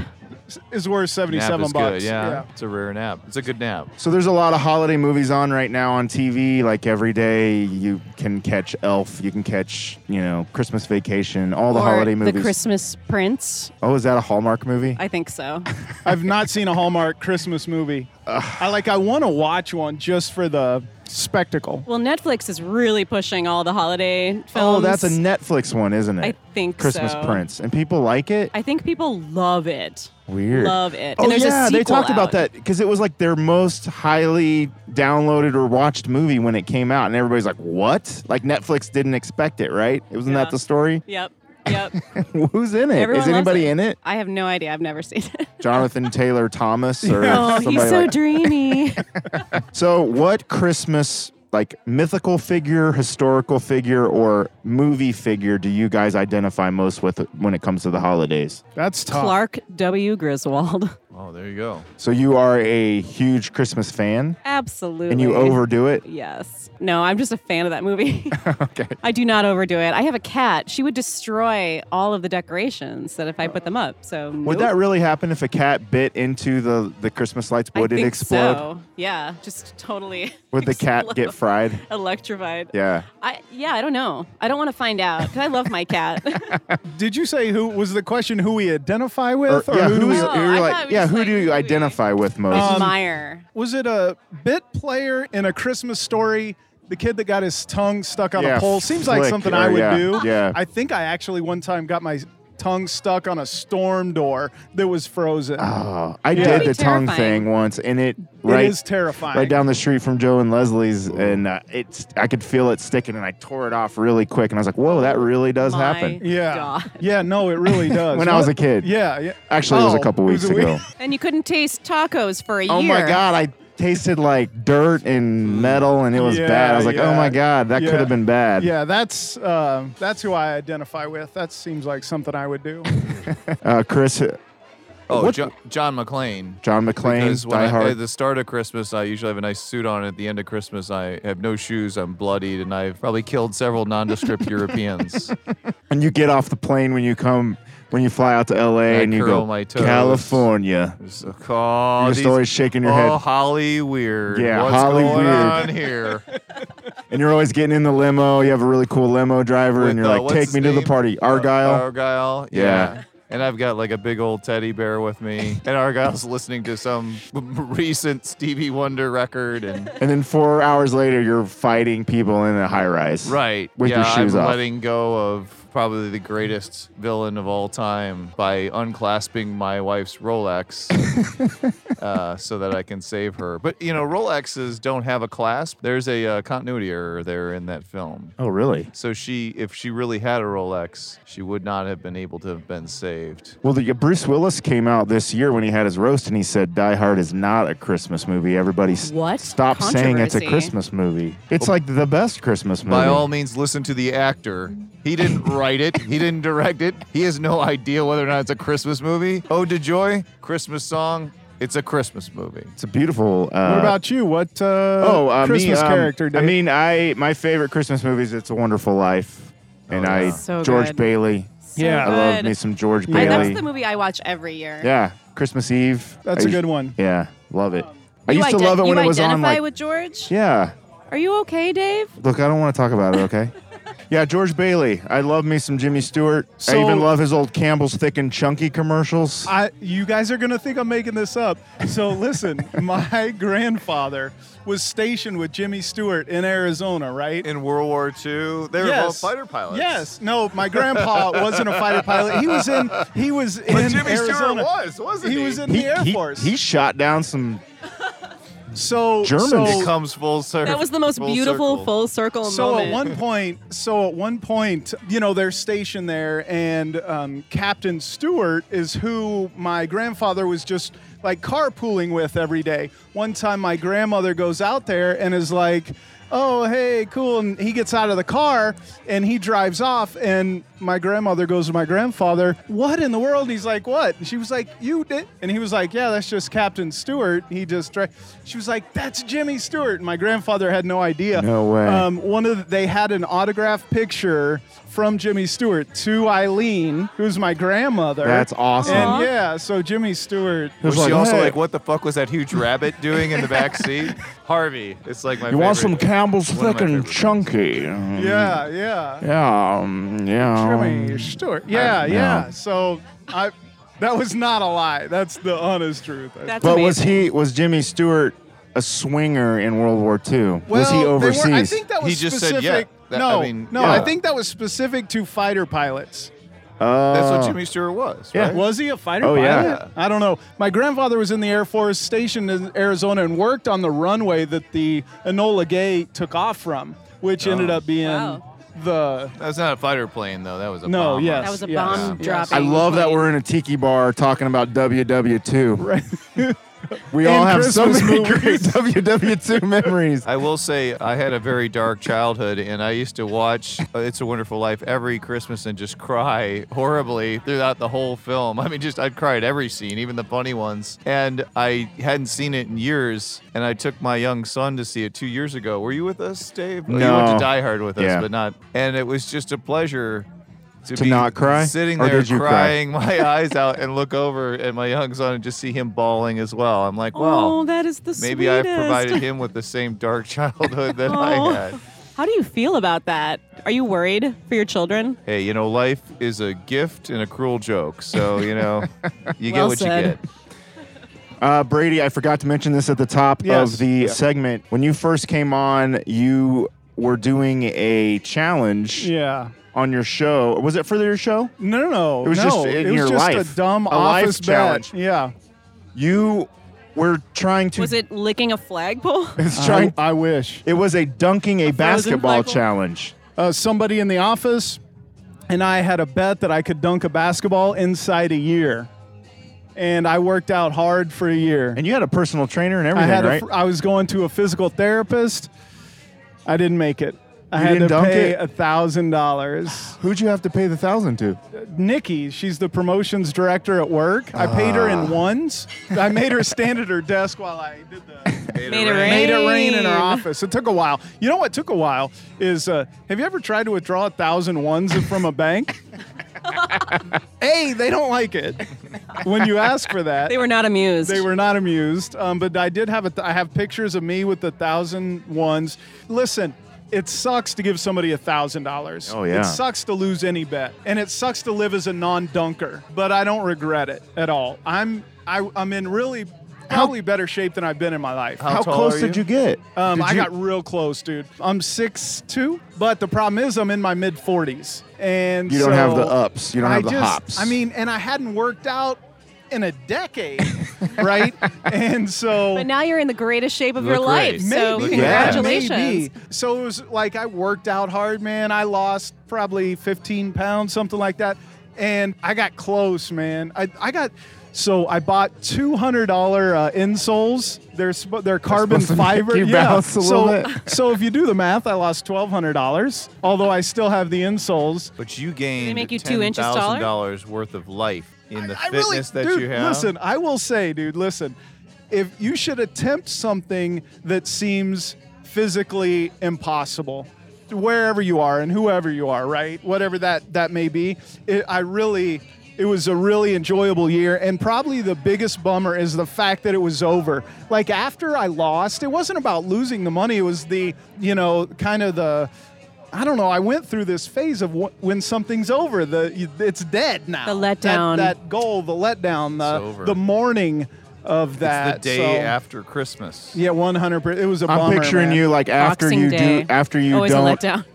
is worth
nap
77
is
bucks.
good. Yeah. it's a rare nap. It's a good nap.
So there's a lot of holiday movies on right now on TV. Like every day, you can catch Elf, you can catch you know Christmas Vacation, all the
or
holiday movies.
The Christmas Prince.
oh, is that a Hallmark movie?
I think so.
I've not seen a Hallmark Christmas movie. I like I want to watch one just for the spectacle.
well, Netflix is really pushing all the holiday films.
oh, that's a Netflix one, isn't it?
I think
Christmas
so.
Prince, and people like it.
I think people love it.
Weird.
Love it.
Oh
and there's
yeah,
a
they
sequel
talked about
out.
that because it was like their most highly downloaded or watched movie when it came out, and everybody's like, "What?" Like Netflix didn't expect it, right? Wasn't
Yeah.
that the story?
Yep. Yep.
Who's in it? Is
Everyone loves
anybody
it.
in it?
I have no idea. I've never seen it. Oh,
Jonathan Taylor Thomas or somebody like
dreamy.
So, what Christmas like mythical figure, historical figure, or movie figure do you guys identify most with when it comes to the holidays?
That's tough.
Clark W. Griswold.
Oh, there you go.
So, you are a huge Christmas fan,
Absolutely.
and you overdo it.
Yes. No, I'm just a fan of that movie.
Okay.
I do not overdo it. I have a cat. She would destroy all of the decorations that if I put them up. So
Would that really happen if a cat bit into the the Christmas lights? Would
I
it
think
explode?
So. Yeah, just totally.
Would the cat
explode.
get fried?
electrified?
Yeah.
I yeah, I don't know. I don't want to find out because I love my cat.
Did you say who was the question who we identify with or
Er, yeah,
who do we
who's-
No, I
you're
thought
like,
we
yeah,
just,
who
like,
do
who do
you
we-
identify with most?
Um,
Um, Admire.
was it a bit player in a Christmas story? The kid that got his tongue stuck on
Yeah,
a pole seems like
flick,
something
or
I would
yeah,
do.
yeah.
I think I actually one time got my tongue stuck on a storm door that was frozen.
oh, I
That'd
did
be
the tongue
terrifying.
thing once, and it
It
right
is terrifying.
right down the street from Joe and Leslie's, and uh, it's I could feel it sticking, and I tore it off really quick, and I was like, "Whoa, that really does
My
happen."
yeah.
God.
Yeah, no, it really does.
When I was a kid.
Yeah, yeah.
Actually, it was a
Oh,
couple
it
weeks
was a week-
ago.
And you couldn't taste tacos for a
oh
year.
my god, I tasted like dirt and metal, and it was
Yeah,
bad. I was like, "Oh
yeah,
my god, that
yeah.
could have been bad."
Yeah, that's uh, that's who I identify with. That seems like something I would do.
Uh, Chris, uh,
Oh,
What-
jo- John McClane.
John McClane,
Because when
Die
I- at
Hard.
the start of Christmas, I usually have a nice suit on. At the end of Christmas, I have no shoes. I'm bloodied, and I've probably killed several nondescript Europeans.
When you get off the plane, when you come, when you fly out to L.A.
I
and you
curl
go
my toes.
California,
It's like, oh,
you're
these-
just always shaking your
oh,
head,
Holly Weird.
Yeah,
What's
Holly
going
Weird.
on here?
and you're always getting in the limo. You have a really cool limo driver, and
With,
you're
uh,
like,
what's
"Take
his
me to the
name?
party,
Uh,
Argyle."
Argyle.
Yeah.
Yeah. And I've got like a big old teddy bear with me, and Argyle's listening to some recent Stevie Wonder record, and
And then four hours later, you're fighting people in a high rise.
right,
With
yeah,
your shoes
I'm
off.
letting go of probably the greatest villain of all time by unclasping my wife's Rolex, uh, so that I can save her. But you know, Rolexes don't have a clasp. There's a uh, continuity error there in that film.
Oh, really?
So she, if she really had a Rolex, she would not have been able to have been saved.
Well, the, Bruce Willis came out this year when he had his roast, and he said, "Die Hard is not a Christmas movie." Everybody, s-
What?
Stop saying it's a
Controversy.
Christmas movie. It's like the best Christmas movie.
Oh. By all means, listen to the actor. He didn't write it. He didn't direct it. He has no idea whether or not it's a Christmas movie. Ode to Joy, Christmas song. It's a Christmas movie.
it's a beautiful. Uh,
what about you? What uh,
oh uh, me,
Christmas
um,
character?
I
Dave?
mean, I my favorite Christmas movie is "It's a Wonderful Life," and
Oh,
I
yeah.
So
George
good.
Bailey.
So
Yeah.
I love
good.
me some George
I-
Bailey.
that's the movie I watch every year.
yeah, Christmas Eve.
That's
I
a
us-
good one.
Yeah, love it. I
Um, You
used to
ide-
love it when
you
it was
identify
on. Like,
with George.
yeah,
Are you okay, Dave?
look, I don't want to talk about it. Okay. yeah, George Bailey. I love me some Jimmy Stewart. I
So-
even love his old Campbell's Thick and Chunky commercials.
I, you guys are going to think I'm making this up. So listen, my grandfather was stationed with Jimmy Stewart in Arizona, right?
In World War II, they were both fighter pilots.
Yes. No, my grandpa wasn't a fighter pilot. He was in. He was in
But Jimmy Stewart
Arizona.
was, wasn't he?
He was in
he,
the Air
he-
Force.
he shot down some.
so
Germans.
It
So,
comes full circle.
That was the most
full
beautiful
circle.
full circle
so
moment.
at one point, so at one point, you know, they're stationed there, and um, Captain Stewart is who my grandfather was just like carpooling with every day. One time, my grandmother goes out there and is like, "Oh, hey, cool," and he gets out of the car and he drives off. And my grandmother goes to my grandfather, "What in the world?" He's like, "What?" And she was like, "You did," and he was like, "Yeah, that's just Captain Stewart." He just, dri-. she was like, "That's Jimmy Stewart." And my grandfather had no idea.
No way.
Um, one of the, they had an autograph picture from Jimmy Stewart to Eileen, who's my grandmother.
That's awesome.
And
Aw.
yeah, so Jimmy Stewart.
Was,
It was
she
like,
also
"Hey."
like, what the fuck was that huge rabbit doing in the back seat? Harvey. It's like my
You want some
favorite.
Campbell's
One of
Thick
my
and
favorite.
Chunky?
Yeah, yeah.
Yeah, um, yeah.
Jimmy Stewart. Yeah,
I-
yeah.
yeah.
So I, that was not a lie. That's the honest truth.
That's
But
amazing.
was he was Jimmy Stewart a swinger in World War II?
well,
was he
they weren't-
overseas?
I think that was
He just said,
specific.
yeah. That-
no,
I mean,
no,
yeah.
I think that was specific to fighter pilots.
Oh.
That's what Jimmy Stewart was.
Yeah.
Right?
Was he a fighter
Oh,
pilot?
yeah.
I don't know. My grandfather was in the Air Force stationed in Arizona and worked on the runway that the Enola Gay took off from, which ended
Oh.
up being
Wow.
the.
That was not a fighter plane though. That was a
No,
bomber.
yes.
That was a
yes,
bomb
yes.
dropping.
I love that we're in a tiki bar talking about WW2.
Right.
We all
And
have
Christmas
so many
movies.
great WW2 memories.
I will say I had a very dark childhood, and I used to watch uh, It's a Wonderful Life every Christmas and just cry horribly throughout the whole film. I mean, just I'd cry at every scene, even the funny ones. And I hadn't seen it in years, and I took my young son to see it two years ago. Were you with us, Dave? Or You went
No.
to Die Hard with us,
Yeah.
but not. And it was just a pleasure. To,
To
be
not cry?
Sitting
Or
there
did you cry?
crying my eyes out and look over at my young son and just see him bawling as well. I'm like, well,
oh, that is the
Maybe
sweetest.
I've provided him with the same dark childhood that I
Oh.
had.
How do you feel about that? Are you worried for your children?
Hey, you know, life is a gift and a cruel joke. So, you know, you
Well
get what
said.
you get.
Uh, Brady, I forgot to mention this at the top
Yes.
of the segment. When you first came on, you were doing a challenge
Yeah.
on your show. Was it for your show?
No, no, no.
It was
no.
just in
it was
your
just
life.
a dumb
A life
office
challenge. Uh-huh.
bet. Yeah.
You were trying to.
Was it licking a flagpole?
It's trying.
I, I wish.
it was a dunking a basketball
flagpole?
challenge.
Uh, somebody in the office and I had a bet that I could dunk a basketball inside a year. And I worked out hard for a year.
And you had a personal trainer and
I
everything,
had a
right?
fr- I was going to a physical therapist. I didn't make it. I
You
had
didn't
to
dunk
pay
it?
a thousand dollars.
Who'd you have to pay the thousand to?
Nikki, she's the promotions director at work. I paid her
Ah.
in ones. I made her stand at her desk while I did the
Made it rain.
made it rain in her office. It took a while. You know what took a while is uh, have you ever tried to withdraw a thousand ones from a bank? a, they don't like it when you ask for that.
They were not amused.
They were not amused. Um, but I did have a th- I have pictures of me with the thousand ones. Listen, it sucks to give somebody a thousand dollars.
Oh, yeah.
It sucks to lose any bet, and it sucks to live as a non-dunker. But I don't regret it at all. I'm I, I'm in really probably better shape than I've been in my life.
How
How
tall
close
are
did
you?
you get?
Um,
Did
I
you-
got real close, dude. I'm six two, but the problem is I'm in my mid 40s, and
You don't
so
have the ups. You don't
I
have the
just-
hops.
I mean, and I hadn't worked out in a decade, right? And so
But now you're in the greatest shape of your
Look
life.
great.
So
maybe,
Yeah.
congratulations.
maybe. So it was like I worked out hard, man. I lost probably 15 pounds, something like that, and I got close, man. I I got. So I bought two hundred dollar uh, insoles. They're sp- they're carbon
supposed to make
fiber.
you
yeah.
bounce a
so
little bit.
so if you do the math, I lost twelve hundred dollars. Although I still have the insoles.
But you gained
make you two inches taller?
$10,000 worth of life in the
I really,
fitness that
dude,
you have.
Listen, I will say, dude, listen. If you should attempt something that seems physically impossible, wherever you are and whoever you are, right? Whatever that that may be. It, I really it was a really enjoyable year and probably the biggest bummer is the fact that it was over. Like after I lost, it wasn't about losing the money, it was the, you know, kind of the I don't know. I went through this phase of wh- when something's over, the it's dead now.
The
That-
letdown.
That, goal, the letdown,
It's
the
over.
the mourning of that.
it's the day
uh, so-
after Christmas.
Yeah, one hundred percent. It was a
I'm
bummer,
picturing
man.
you like after
Boxing
you
Day.
do after you
Always
don't
a letdown.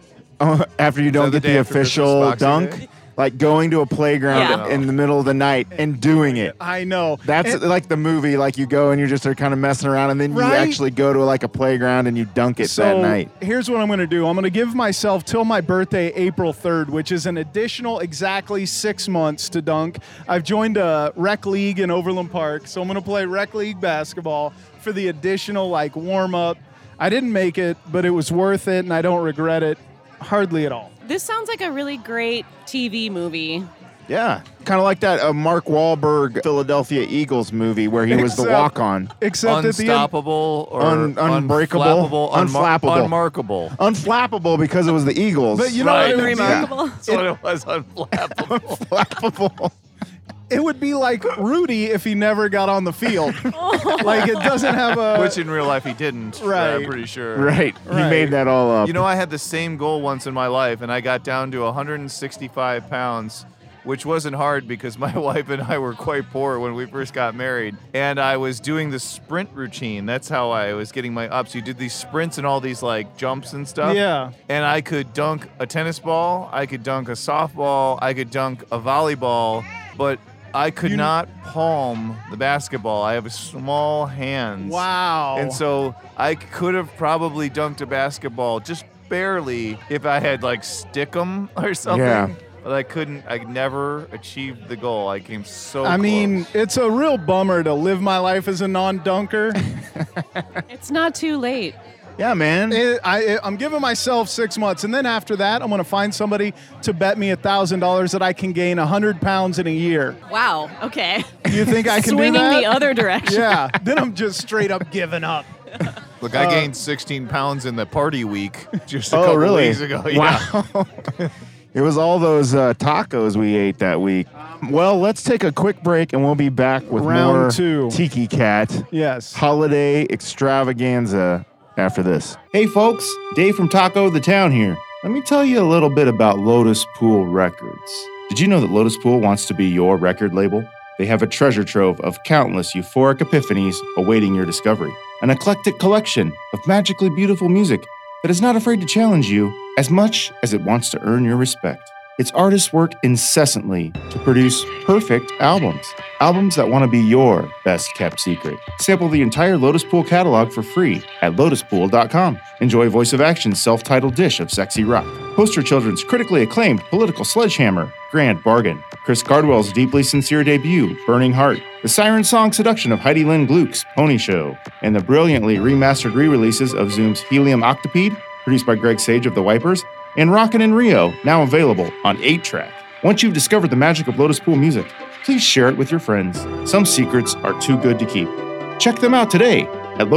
Oh, after you don't
the
get the,
day after Christmas,
official
Boxing
dunk,
Day?
like going to a playground
Yeah.
in the middle of the night and doing it.
I know.
That's
And-
like the movie, like you go and you're just are kind of messing around, and then you
Right?
actually go to like a playground and you dunk it
so
that night.
here's what I'm going to do. I'm going to give myself till my birthday, April 3rd, which is an additional exactly six months to dunk. I've joined a rec league in Overland Park, so I'm going to play rec league basketball for the additional like warm up. I didn't make it, but it was worth it, and I don't regret it hardly at all.
This sounds like a really great TV movie.
Yeah, kind of like that uh, Mark Wahlberg Philadelphia Eagles movie where he was the
Except-
walk on.
Except at the end,
Unstoppable or
Un- unbreakable?
unflappable, unmar-
Unflappable.
unmarkable.
Unflappable because it was the Eagles.
But you know
Right.
what it would be?
Remarkable.
That's what it was. Unflappable.
Unflappable.
It would be like Rudy if he never got on the field.
Oh.
like it doesn't have a
Which in real life he didn't. uh, I'm
Right.
pretty sure.
right. He
Right.
made that all up.
You know, I had the same goal once in my life, and I got down to 165 pounds, which wasn't hard because my wife and I were quite poor when we first got married. And I was doing the sprint routine. That's how I was getting my ups. You did these sprints and all these like jumps and stuff.
Yeah.
And I could dunk a tennis ball, I could dunk a softball, I could dunk a volleyball, but I could
You-
not palm the basketball. I have small hands.
wow.
And so I could have probably dunked a basketball just barely if I had like stick 'em or something.
Yeah.
But I couldn't. I never achieved the goal. I came so.
I mean,
close.
it's a real bummer to live my life as a non-dunker.
It's not too late.
yeah, man.
It- I, I'm giving myself six months, and then after that, I'm going to find somebody to bet me a thousand dollars that I can gain hundred pounds in a year.
Wow. Okay.
You think I can
Swinging
do that?
the other direction.
yeah. Then I'm just straight up giving up.
look, I gained 16 pounds in the party week just a
uh, oh,
couple
really?
weeks ago. Yeah.
Wow. it was all those uh, tacos we ate that week. Well, let's take a quick break and we'll be back with
Round
more
two.
Tiki Cat
Yes.
holiday extravaganza after this. Hey, folks, Dave from Taco the Town here. Let me tell you a little bit about Lotus Pool Records. Did you know that Lotus Pool wants to be your record label? They have a treasure trove of countless euphoric epiphanies awaiting your discovery, an eclectic collection of magically beautiful music that is not afraid to challenge you as much as it wants to earn your respect. Its artists work incessantly to produce perfect albums, albums that want to be your best kept secret. Sample the entire Lotus Pool catalog for free at lotuspool.com. Enjoy Voice of Action's self titled dish of sexy rock. Poster Children's critically acclaimed political sledgehammer, Grand Bargain. Chris Cardwell's deeply sincere debut, Burning Heart. The siren song seduction of Heidi Lynn Gluck's Pony Show. And the brilliantly remastered re releases of Zoom's Helium Octopede, produced by Greg Sage of The Wipers, and Rockin' in Rio, now available on 8 track. Once you've discovered the magic of Lotus Pool music, please share it with your friends. Some secrets are too good to keep. Check them out today at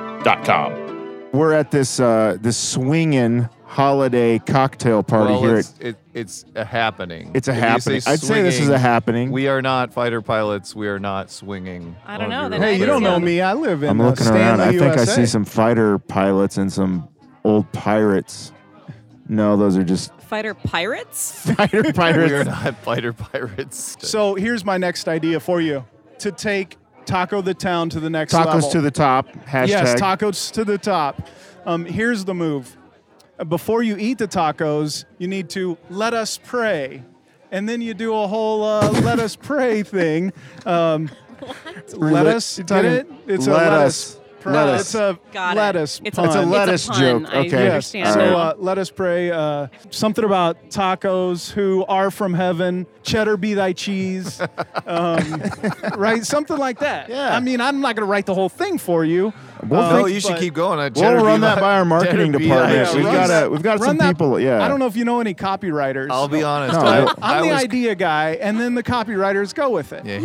lotuspool.com. We're at this uh, this swinging holiday cocktail party
Well,
here.
it's,
at,
it, it's a happening.
it's a
If you say
happening. I'd say this is a
swinging,
happening.
We are not fighter pilots. We are not swinging.
I don't
Well,
know,
we
then
were
I
Hey, you
just
don't know
assume-
me. I live in
I'm
uh,
looking around.
Stanley,
I think I
USA.
see some fighter pilots and some old pirates. No, those are just
Fighter pirates?
fighter
We are
pirates.
not fighter pirates.
So here's my next idea for you: to take Taco the Town to the next
Tacos
level.
to the top. Hashtag.
Yes, tacos to the top. Um, here's the move. Uh, Before you eat the tacos, you need to let us pray. And then you do a whole uh, let us pray thing. Um, let
Let-
us
you're
get
talking-
it? It's a
let
let
us.
us pray.
Let us.
It's a
Got
let
it.
us
It's
pun.
a,
let
it's
us
a pun.
joke.
I
Okay.
Yes.
understand.
So
All
now.
uh, let us pray. Uh, something about tacos who are from heaven. Cheddar be thy cheese. Um, right? Something like that.
Yeah.
I mean, I'm not going to write the whole thing for you,
We'll,
Um,
No,
think-
you should
but-
keep going. Uh,
we'll
Cheddar
run
Bee
that
Live-
by our marketing
Cheddar Bee
department.
Live.
we've
run
got
that-
to we've got some
Run that-
people. Yeah.
I don't know if you know any copywriters.
I'll be honest.
No,
I,
I-
I
I'm the
was,
idea guy, and then the copywriters go with it.
Yeah, hand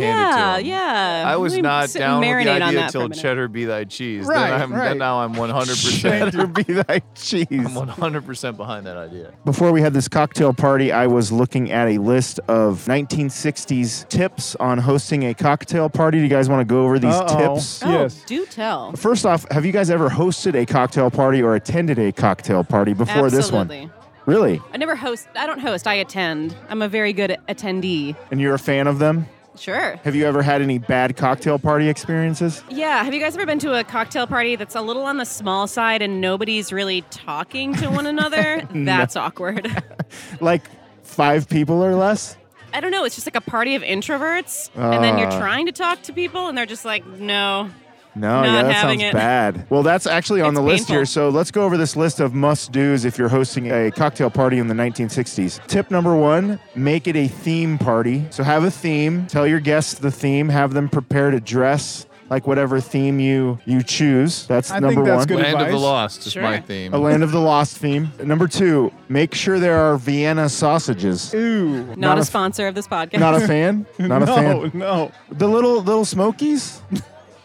it
Yeah,
to 'em.
yeah.
I was
Let me
not
sit and
down with the
marinate on
idea
that for a
till
minute.
cheddar be thy cheese.
Right,
then, I'm,
right.
then now I'm 100 percent.
Cheddar be thy cheese.
I'm 100 percent behind that idea.
Before we had this cocktail party, I was looking at a list of 1960s tips on hosting a cocktail party. Do you guys want to go over these
Uh-oh.
tips?
Oh,
Yes.
do tell.
First off, have you guys ever hosted a cocktail party or attended a cocktail party before this one?
Absolutely.
Really?
I never host. I don't host. I attend. I'm a very good attendee.
And you're a fan of them?
Sure.
Have you ever had any bad cocktail party experiences?
Yeah. Have you guys ever been to a cocktail party that's a little on the small side and nobody's really talking to one another? That's awkward.
Like five people or less?
I don't know. It's just like a party of introverts, and then you're
Ah.
trying to talk to people, and they're just like, no.
No,
Not
yeah, that
having
sounds
it.
bad. Well, that's actually on
It's
the list
painful.
here. So let's go over this list of must dos if you're hosting a cocktail party in the 1960s. Tip number one make it a theme party. So have a theme, tell your guests the theme, have them prepare to dress like whatever theme you, you choose. That's
I think
number
that's
one.
Good
Land of the
advice.
Lost is
Sure.
my theme.
A Land of the Lost theme. Number two, make sure there are Vienna sausages.
Ooh.
Not,
Not
a,
a-
sponsor of this podcast.
Not a fan? Not a
no,
fan.
no.
The little little smokies?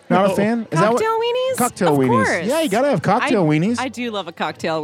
Not a
No.
fan? Is
cocktail
that what?
weenies.
Cocktail
Of
weenies.
course.
Yeah, you gotta have cocktail
I,
weenies.
I do love a cocktail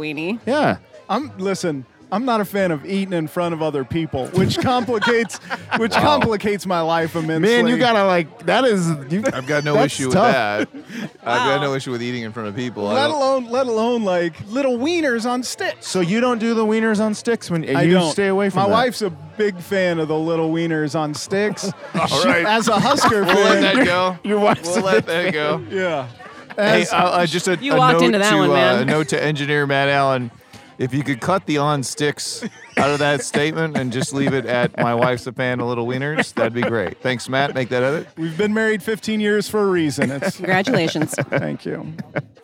weenie.
yeah.
I'm listen. I'm not a fan of eating in front of other people, which complicates which complicates my life immensely.
Man, you gotta like that is you,
I've got no
That's
issue
tough.
with that. I've got no issue with eating in front of people. I
let
don't-
alone let alone like little wieners on sticks.
So you don't do the wieners on sticks when
I
you
don't
stay away from
My
that.
wife's a big fan of the little wieners on sticks.
All right,
As a Husker
we'll let
fan,
that go.
Your wife's
We'll let that go.
yeah.
Hey,
As-
uh, uh, just a,
You
a
walked
note
into that
to,
one,
uh,
man.
a note to engineer Matt Allen. If you could cut the on sticks out of that statement and just leave it at my wife's a fan of little wieners, that'd be great. Thanks, Matt. Make that edit.
we've been married 15 years for a reason. It's
Congratulations.
thank you.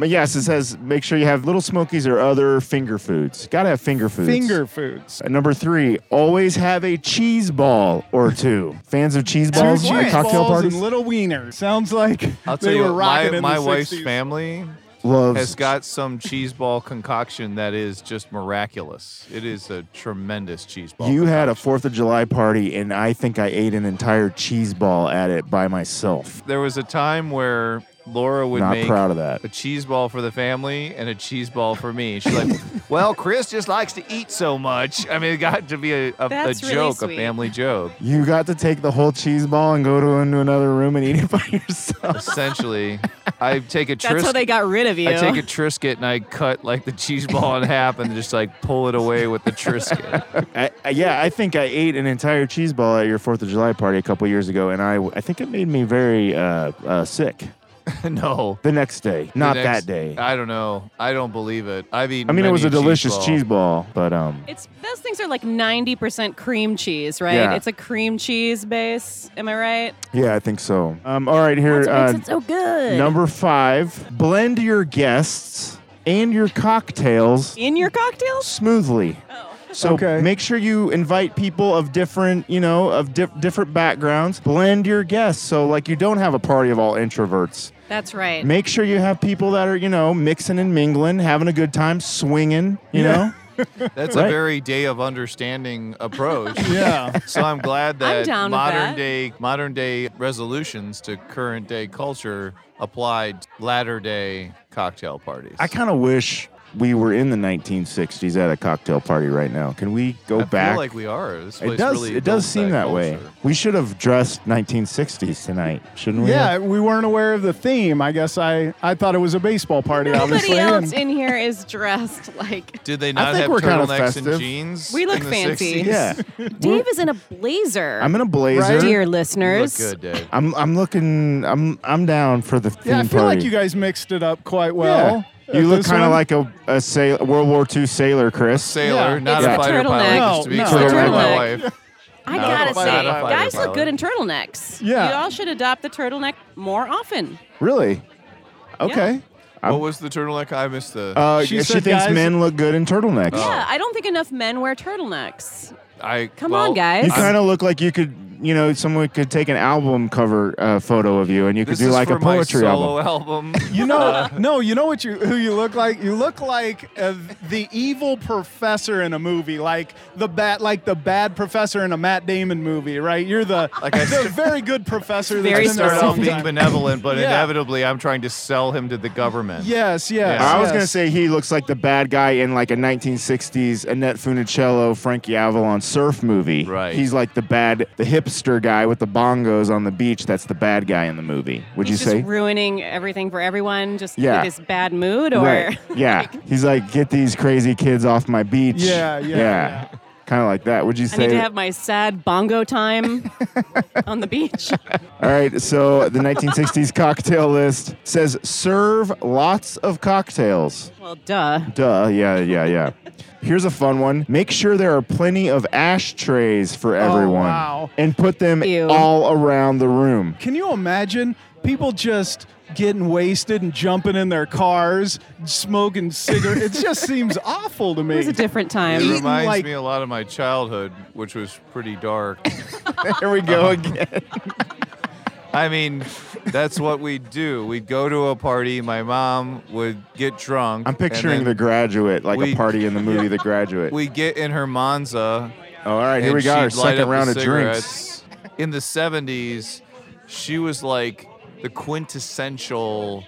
But yes, it says make sure you have little smokies or other finger foods. Gotta have finger foods.
Finger foods.
Uh, Number three, always have a cheese ball or two. Fans of cheese balls
Two
at
cheese
cocktail
balls
parties
and little wieners. Sounds like
I'll tell
they
you
were
what,
rocking
my,
in
my
the
wife's
60s.
family
loves
has got some cheese ball concoction that is just miraculous. It is a tremendous cheese ball.
You had a Fourth of July party, and I think I ate an entire cheese ball at it by myself.
there was a time where Laura would
Not
make
proud of that.
a cheese ball for the family and a cheese ball for me. She's like, "Well, Chris just likes to eat so much." I mean, it got to be a, a, a
That's really
joke, a
sweet.
family joke,
You got to take the whole cheese ball and go to into another room and eat it by yourself.
essentially. I take a
That's how
trisket.
they got rid of you.
I take a Trisket and I cut like the cheese ball in half and just like pull it away with the Trisket.
I, I, yeah, I think I ate an entire cheese ball at your Fourth of July party a couple years ago, and I, I think it made me very uh, uh, sick
no.
the next day. Not
The next-
that day. I,
I don't know. I don't believe it. I've eaten.
mean, it
many
was a delicious
ball.
cheese ball, but um,
It's those things are like ninety percent cream cheese, right?
Yeah.
It's a cream cheese base. Am I right?
yeah, I think so. Um, all right, here,
That's what
uh,
makes it so Oh, good.
number five: blend your guests and your cocktails
in your cocktails.
smoothly.
Oh.
So
Okay.
make sure you invite people of different, you know, of dif- different backgrounds. Blend your guests. So like you don't have a party of all introverts.
That's right.
Make sure you have people that are, you know, mixing and mingling, having a good time, swinging, you know?
That's
Right.
a very day of understanding approach.
Yeah.
So I'm glad that
down with
modern
that.
day modern day resolutions to current day culture applied latter day cocktail parties.
I kind of wish we were in the 1960s at a cocktail party right now. Can we go
I
back?
feel like we are. This
it
place
does
really
it does
built
seem that, way.
culture.
We should have dressed 1960s tonight, shouldn't we?
Yeah, we weren't aware of the theme. I guess I, I thought it was a baseball party, obviously.
Nobody else
and-
in here is dressed like
Did they not
think
have
we're kind of
turtlenecks
festive.
and jeans?
We look
in the 60s?
fancy.
Yeah.
Dave is in a blazer.
I'm in a blazer.
Right?
Dear
You look
listeners,
good, Dave.
I'm I'm looking I'm I'm down for the theme
yeah, I feel
party.
like you guys mixed it up quite well.
Yeah. You
Uh,
look
this
kind of
one-
like a, a sail- World War II sailor, Chris.
Sailor,
Yeah.
not
It's
a
a
fighter pilot.
turtleneck.
just to be
No,
clear
no.
with my
Turtleneck.
wife.
I
Not a
gotta
fighter
say,
pilot.
guys look good in turtlenecks.
Yeah.
you all should adopt the turtleneck more often.
Really? Okay.
What was the turtleneck? I missed the.
Uh,
She
she
said
thinks
guys-
men look good in turtlenecks.
Oh.
Yeah, I don't think enough men wear turtlenecks.
I
Come
well,
on, guys.
You kind of look like you could you know, someone could take an album cover uh, photo of you, and you could
This
do
is
like
for
a poetry
my
album.
solo album.
You know, no, you know what you who you look like? You look like uh, the evil professor in a movie, like the bad, like the bad professor in a Matt Damon movie, right? You're the
Like I
the
st-
very good professor. that's
Very
I
been there
start
specific.
a
off
long
being
time.
benevolent, but
Yeah.
inevitably I'm trying to sell him to the government.
Yes, yes.
Yeah.
I was gonna
yes.
say he looks like the bad guy in like a 1960s Annette Funicello, Frankie Avalon surf movie.
Right.
He's like the bad, the hipster guy with the bongos on the beach. That's the bad guy in the movie. Would
He's
you say?
just ruining everything for everyone, just
Yeah.
with this bad mood, or
Right. Yeah. He's like, get these crazy kids off my beach.
Yeah, yeah, yeah.
Kind of like that. Would you
I
say?
need to have my sad bongo time on the beach.
All right. So the 1960s cocktail list says serve lots of cocktails.
Well, duh.
Duh. Yeah. Yeah. Yeah. Here's a fun one. Make sure there are plenty of ashtrays for everyone,
wow.
and put them
Ew.
all around the room.
Can you imagine people just getting wasted and jumping in their cars, smoking cigarettes? it just seems awful to
It
me.
was a different time.
It
Eating
reminds
like-
me a lot of my childhood, which was pretty dark.
Here we go again.
I mean, that's what we'd do. We'd go to a party. My mom would get drunk.
I'm picturing
and
The
then
Graduate, like
we-
a party in the movie The Graduate.
We'd get in her Monza.
all right. Here
and
we got our
she'd light up
second
the
round of drinks.
cigarettes. In the 70s, she was like the quintessential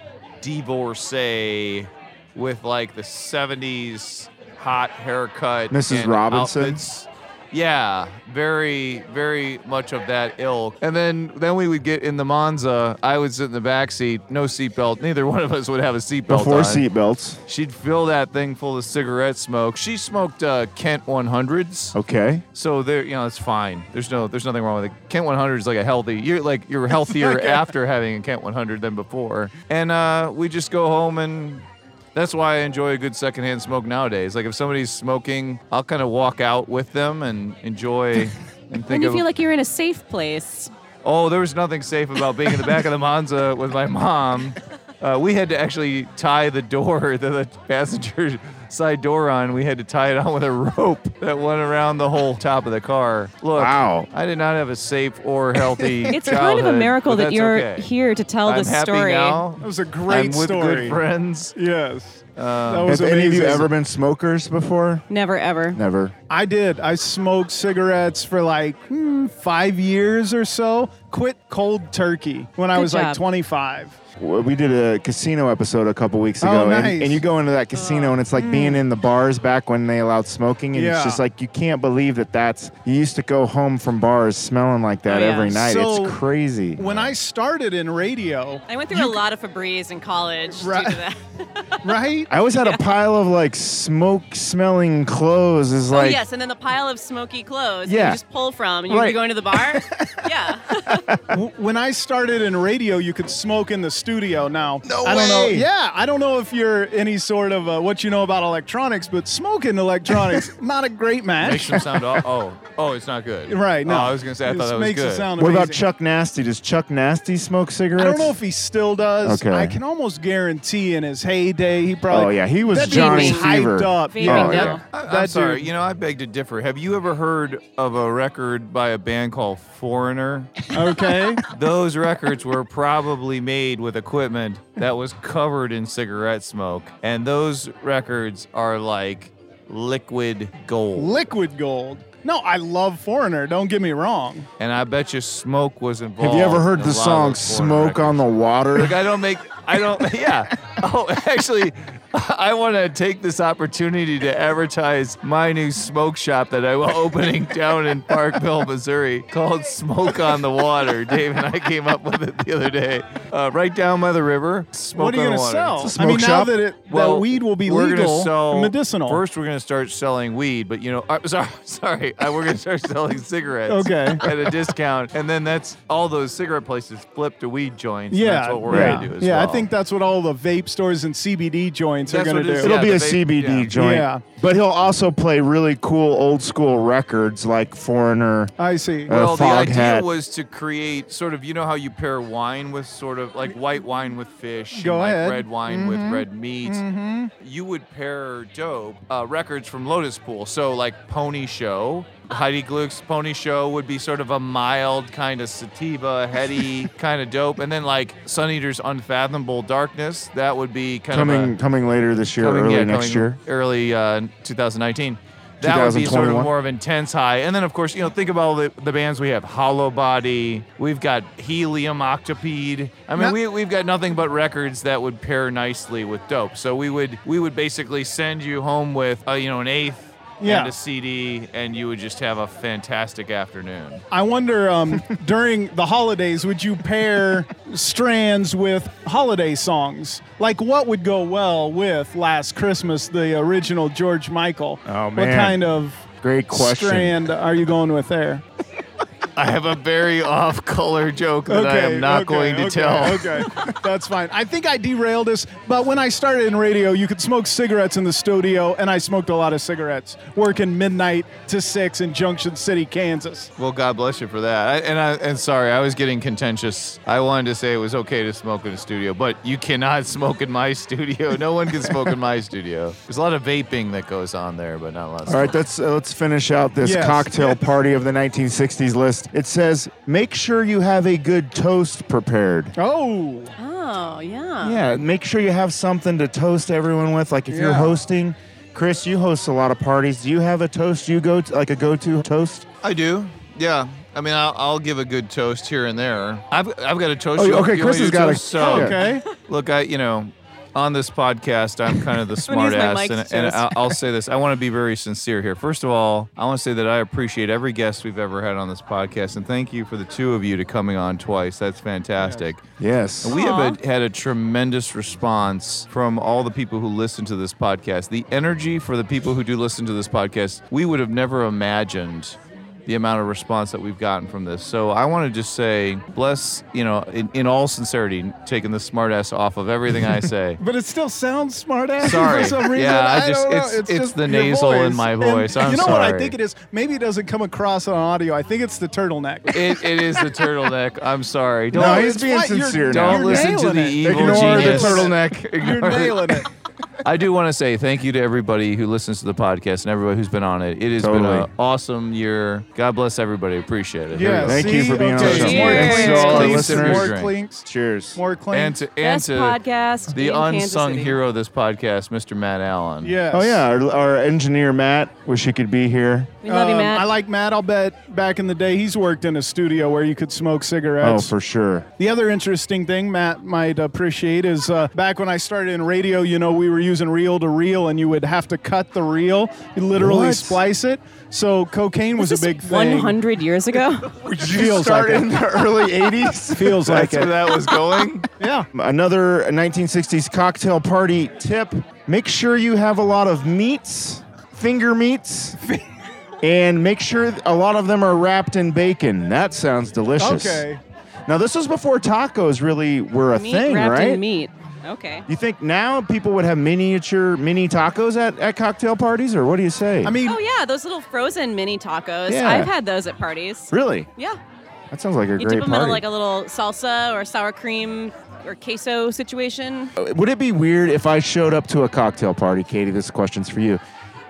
divorcee with like the 70s hot haircut.
Mrs.
and
Robinson?
outfits. Yeah, very, very much of that ilk. And then, then we would get in the Monza. I would sit in the back seat, no seatbelt. Neither one of us would have a seatbelt
Before
on.
seatbelts.
She'd fill that thing full of cigarette smoke. She smoked uh, Kent 100s.
Okay.
So there, you know, it's fine. There's no, there's nothing wrong with it. Kent 100 is like a healthy. You're like you're healthier after having a Kent 100 than before. And uh, we just go home, and that's why I enjoy a good secondhand smoke nowadays. Like if somebody's smoking, I'll kind of walk out with them and enjoy. And
When
think
you
of,
feel like you're in a safe place,
oh, there was nothing safe about being in the back of the Monza with my mom. Uh, we had to actually tie the door, the, the passenger side door on. We had to tie it on with a rope that went around the whole top of the car. Look,
Wow.
I did not have a safe or healthy.
it's kind of a
childhood,
miracle
but
that
that's
you're
okay.
here to tell
I'm
this
happy
story.
Now.
That was a great
I'm with
story.
good friends.
Yes. that
Uh, Have
was
any of you
amazing.
ever been smokers before?
Never ever.
Never.
I did. I smoked cigarettes for like hmm, five years or so. Quit cold turkey when I
Good
was like
job.
25.
Well, We did a casino episode a couple weeks ago,
Oh,
and,
nice.
and you go into that casino, and it's like being in the bars back when they allowed smoking, and
Yeah.
it's just like you can't believe that that's. You used to go home from bars smelling like that
Oh, yeah.
every night.
So,
it's crazy.
When I started in radio,
I went through a lot of Febreze in college
Right.
due to that.
right?
I always had a pile of like smoke smelling clothes. Is
oh
like
yes, and then the pile of smoky clothes
Yeah.
you just pull from. And you
Right.
are going to the bar. yeah.
W- when I started in radio, you could smoke in the studio. Now,
No
I don't
way.
know. Yeah, I don't know if you're any sort of uh what you know about electronics, but smoking electronics not a great
Makes
match.
them sound aw- oh oh it's not good.
Right? No,
Oh, I was gonna say I
It
thought that was
makes
good.
It sound
What about
amazing.
Chuck Nasty? Does Chuck Nasty smoke cigarettes?
I don't know if he still does.
Okay.
I can almost guarantee in his heyday he probably.
Oh, yeah, he was
that dude
Johnny
Fever.
hyped up.
Vaping,
Yeah.
no.
Oh, yeah.
I- I'm
That
sorry.
dude-
You know, I beg to differ. Have you ever heard of a record by a band called Foreigner?
Okay.
Those records were probably made with equipment that was covered in cigarette smoke, and those records are like liquid gold.
Liquid gold. No, I love Foreigner. Don't get me wrong.
And I bet you smoke was involved.
Have you ever
in
heard
a
the
lot of
song
those Foreigner
"Smoke
records.
on the Water"?
Like I don't make I don't yeah. Oh, actually I want to take this opportunity to advertise my new smoke shop that I'm opening down in Parkville, Missouri, called Smoke on the Water. Dave and I came up with it the other day, uh, right down by the river. Smoke
what are you
on the
gonna
water.
sell?
It's a
I mean,
smoke
now
shop.
that it, that weed will be
we're
legal,
gonna sell,
medicinal.
First, we're gonna start selling weed, but you know, uh, sorry, sorry, uh, we're gonna start selling cigarettes.
Okay.
At a discount, and then that's all those cigarette places flip to weed joints. and
yeah,
that's what we're
yeah.
gonna do. As
yeah,
well.
I think that's what all the vape stores and CBD joints
That's
are gonna
what it is,
do.
It'll
Yeah,
be
the
a
vape-
CBD
yeah.
joint.
Yeah.
But he'll also play really cool old school records like Foreigner.
I see.
Uh,
Well, the
fog
idea
hat.
was to create sort of, you know how you pair wine with sort of like white wine with fish,
Go
and like
ahead. Mm-hmm.
red wine with red meat. You would pair dope uh, records from Lotus Pool. So, like Pony Show, Heidi Gluck's pony show would be sort of a mild kind of sativa, heady kind of dope, and then like Sun Eater's Unfathomable Darkness that would be kind of
coming
a,
coming later this year,
coming-
early
yeah,
next
coming
year.
early uh, 2019. That would be sort
2021.
of more of intense high, and then of course you know think about all the, the bands we have: Hollow Body, we've got Helium Octopede. I mean,
Not-
we we've got nothing but records that would pair nicely with Dope. So we would we would basically send you home with uh, you know an eighth
Yeah.
and a CD, and you would just have a fantastic afternoon.
I wonder um, during the holidays, would you pair strands with holiday songs? Like, what would go well with Last Christmas, the original George Michael?
Oh,
What
man.
kind of
Great question.
strand are you going with there?
I have a very off-color joke that I am not
okay,
going to
okay,
tell.
Okay, that's fine. I think I derailed us, but when I started in radio, you could smoke cigarettes in the studio, and I smoked a lot of cigarettes working midnight to six in Junction City, Kansas.
Well, God bless you for that. I, and I, and sorry, I was getting contentious. I wanted to say it was okay to smoke in a studio, but you cannot smoke in my studio. No one can smoke in my studio. There's a lot of vaping that goes on there, but not less.
All right, let's uh, let's finish out this
Yes.
cocktail party of the 1960s list. It says, "Make sure you have a good toast prepared."
Oh,
Oh, yeah.
Yeah, make sure you have something to toast everyone with. Like if you're
Yeah.
hosting, Chris, you host a lot of parties. Do you have a toast you go to, like a go-to toast?
I do. Yeah. I mean, I'll, I'll give a good toast here and there. I've, I've got a toast.
Oh,
You-
okay,
you
Chris
want me
has
to
got a- Oh,
toast? So,
Yeah.
okay.
Look, I you know, on this podcast, I'm kind of the
I'm gonna
smart
use my
ass,
mic
and,
to
and
toast.
I'll, I'll say this: I want to be very sincere here. First of all, I want to say that I appreciate every guest we've ever had on this podcast, and thank you for the two of you to coming on twice. That's fantastic.
Yes.
And we have
Aw.
a, had a tremendous response from all the people who listen to this podcast. The energy for the people who do listen to this podcast, we would have never imagined the amount of response that we've gotten from this. So I want to just say, bless, you know, in, in all sincerity, taking the smartass off of everything I say.
But it still sounds smart ass
Sorry.
for some reason.
Yeah, I
I
just-
don't know.
it's- it's
just
the
your
nasal in my
And
voice. I'm
you know what I
sorry.
think it is? Maybe it doesn't come across on audio. I think it's the turtleneck.
It, it is the turtleneck. I'm sorry. Don't,
No, he's
it's
being
fine. You're-
sincere now.
don't
you're
listen to
nailing
the
it.
evil
Ignore
genius.
the turtleneck.
You're
Ignore it.
nailing it.
I do want to say thank you to everybody who listens to the podcast and everybody who's been on it. It has been
Totally.
an awesome year. God bless everybody. Appreciate it. Here we
Yeah,
go.
Thank you
see?
for being on
Okay,
the show.
More
Cheers.
clinks,
Thanks to all our
clinks,
listeners.
more
Drink.
clinks,
Cheers.
more clinks.
And to, and
Best
to
podcast.
the
in Kansas
unsung
City.
hero of this podcast, Mr. Matt Allen.
Yes.
Oh yeah, our, our engineer Matt. Wish he could be here.
We love you,
Um,
Matt.
I like Matt. I'll bet back in the day he's worked in a studio where you could smoke
Oh,
cigarettes.
for sure.
The other interesting thing Matt might appreciate is uh, back when I started in radio, you know, we were using reel to reel and you would have to cut the reel, you literally
What?
splice it. So cocaine was,
This
a
is
big thing.
100 years ago.
Feels like it.
the early 80s?
Feels like
That's where
it.
that was going.
Yeah.
Another 1960s cocktail party tip make sure you have a lot of meats, finger meats, and make sure a lot of them are wrapped in bacon. That sounds delicious.
Okay.
Now, this was before tacos really were a
meat
thing,
wrapped
right?
in meat. Okay.
You think now people would have miniature mini tacos at, at cocktail parties, or what do you say?
I mean,
Oh yeah, those little frozen mini tacos.
Yeah.
I've had those at parties.
really?
Yeah.
That sounds like a
You
great
dip them
party.
in like a little salsa or sour cream or queso situation.
Would it be weird if I showed up to a cocktail party, Katie? This question's for you,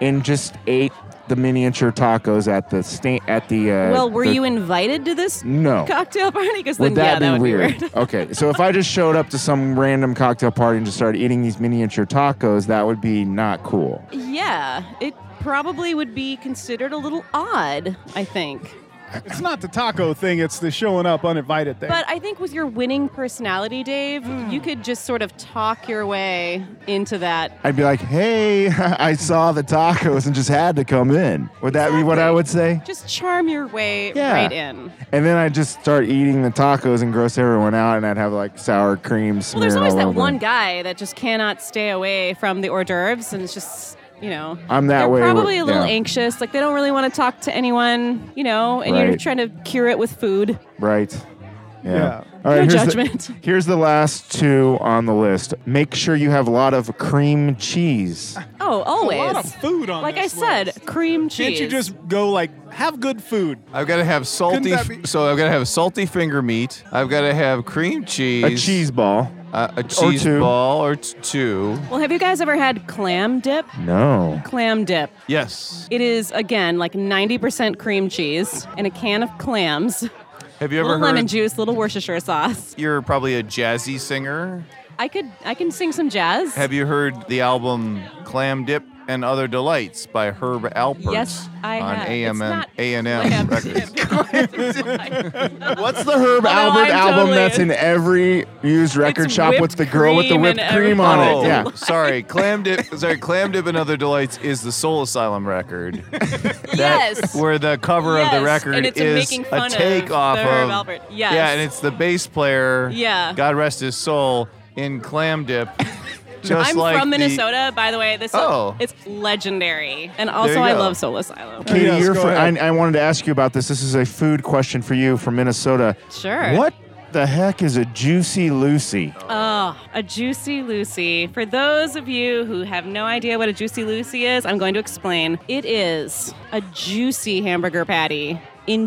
and just ate the miniature tacos at the sta- at the. Uh,
well, were
the-
you invited to this
No.
cocktail party? Because then
Would that
yeah,
be
that would
weird?
be weird.
okay, so if I just showed up to some random cocktail party and just started eating these miniature tacos, that would be not cool.
yeah, it probably would be considered a little odd. I think.
it's not the taco thing, it's the showing up uninvited thing.
But I think with your winning personality, Dave,
Hmm.
you could just sort of talk your way into that.
I'd be like, "Hey, I saw the tacos and just had to come in." Would that be what I
Exactly.
would say?
Just charm your way
Yeah.
right in.
And then I'd just start eating the tacos and gross everyone out, and I'd have like sour cream
Well,
smeared
there's always
all
that
over.
one guy that just cannot stay away from the hors d'oeuvres, and it's just you know.
I'm that
they're
way with-
probably a little
yeah.
anxious, like they don't really want to talk to anyone, you know, and you're
Right.
trying to cure it with food.
Right. All
Yeah.
right.
No
here's
judgment.
The, here's the last two on the list. Make sure you have a lot of cream cheese.
Oh, always.
a lot of food on
like I
this
said,
list.
cream
Can't
cheese.
you just go like have good food?
I've got to have salty.
that be-
so I've got to have salty finger meat. I've got to have cream cheese.
A cheese ball.
uh, a cheese
two.
ball or t- two.
Well, have you guys ever had clam dip?
No.
Clam dip.
Yes.
It is again like 90% cream cheese and a can of clams,
Have you ever
little
heard?
lemon juice, little Worcestershire sauce.
You're probably a jazzy singer.
I could I can sing some jazz.
Have you heard the album Clam Dip and Other Delights by Herb Alpert?
Yes, I
on
have.
AM
It's not
and
clam
AM records.
dip.
What's the Herb Albert
Although Oh, I'm
album
totally
that's in every used record
It's
shop with
whipped
the girl with the
cream
whipped
and
cream on
Oh,
it? Yeah.
sorry, Clam Dip. Sorry, Clam Dip and Other Delights is the Soul Asylum record. That-
Yes.
Where the cover of
Yes,
the record
and it's a
is
making fun of
take off
the Herb
of
Alpert. Yes.
Yeah, and it's the bass player.
Yeah.
God rest his soul in Clam Dip. Just
I'm
like
from
the-
Minnesota, by the way. This
Oh.
it's legendary, and also
you
I
go.
love Soul Asylum.
Katie,
Yes,
you're
go
fr- I,
ahead.
I wanted to ask you about this. This is a food question for you from Minnesota.
Sure.
What the heck is a Juicy Lucy?
Oh, a Juicy Lucy. For those of you who have no idea what a Juicy Lucy is, I'm going to explain. It is a juicy hamburger patty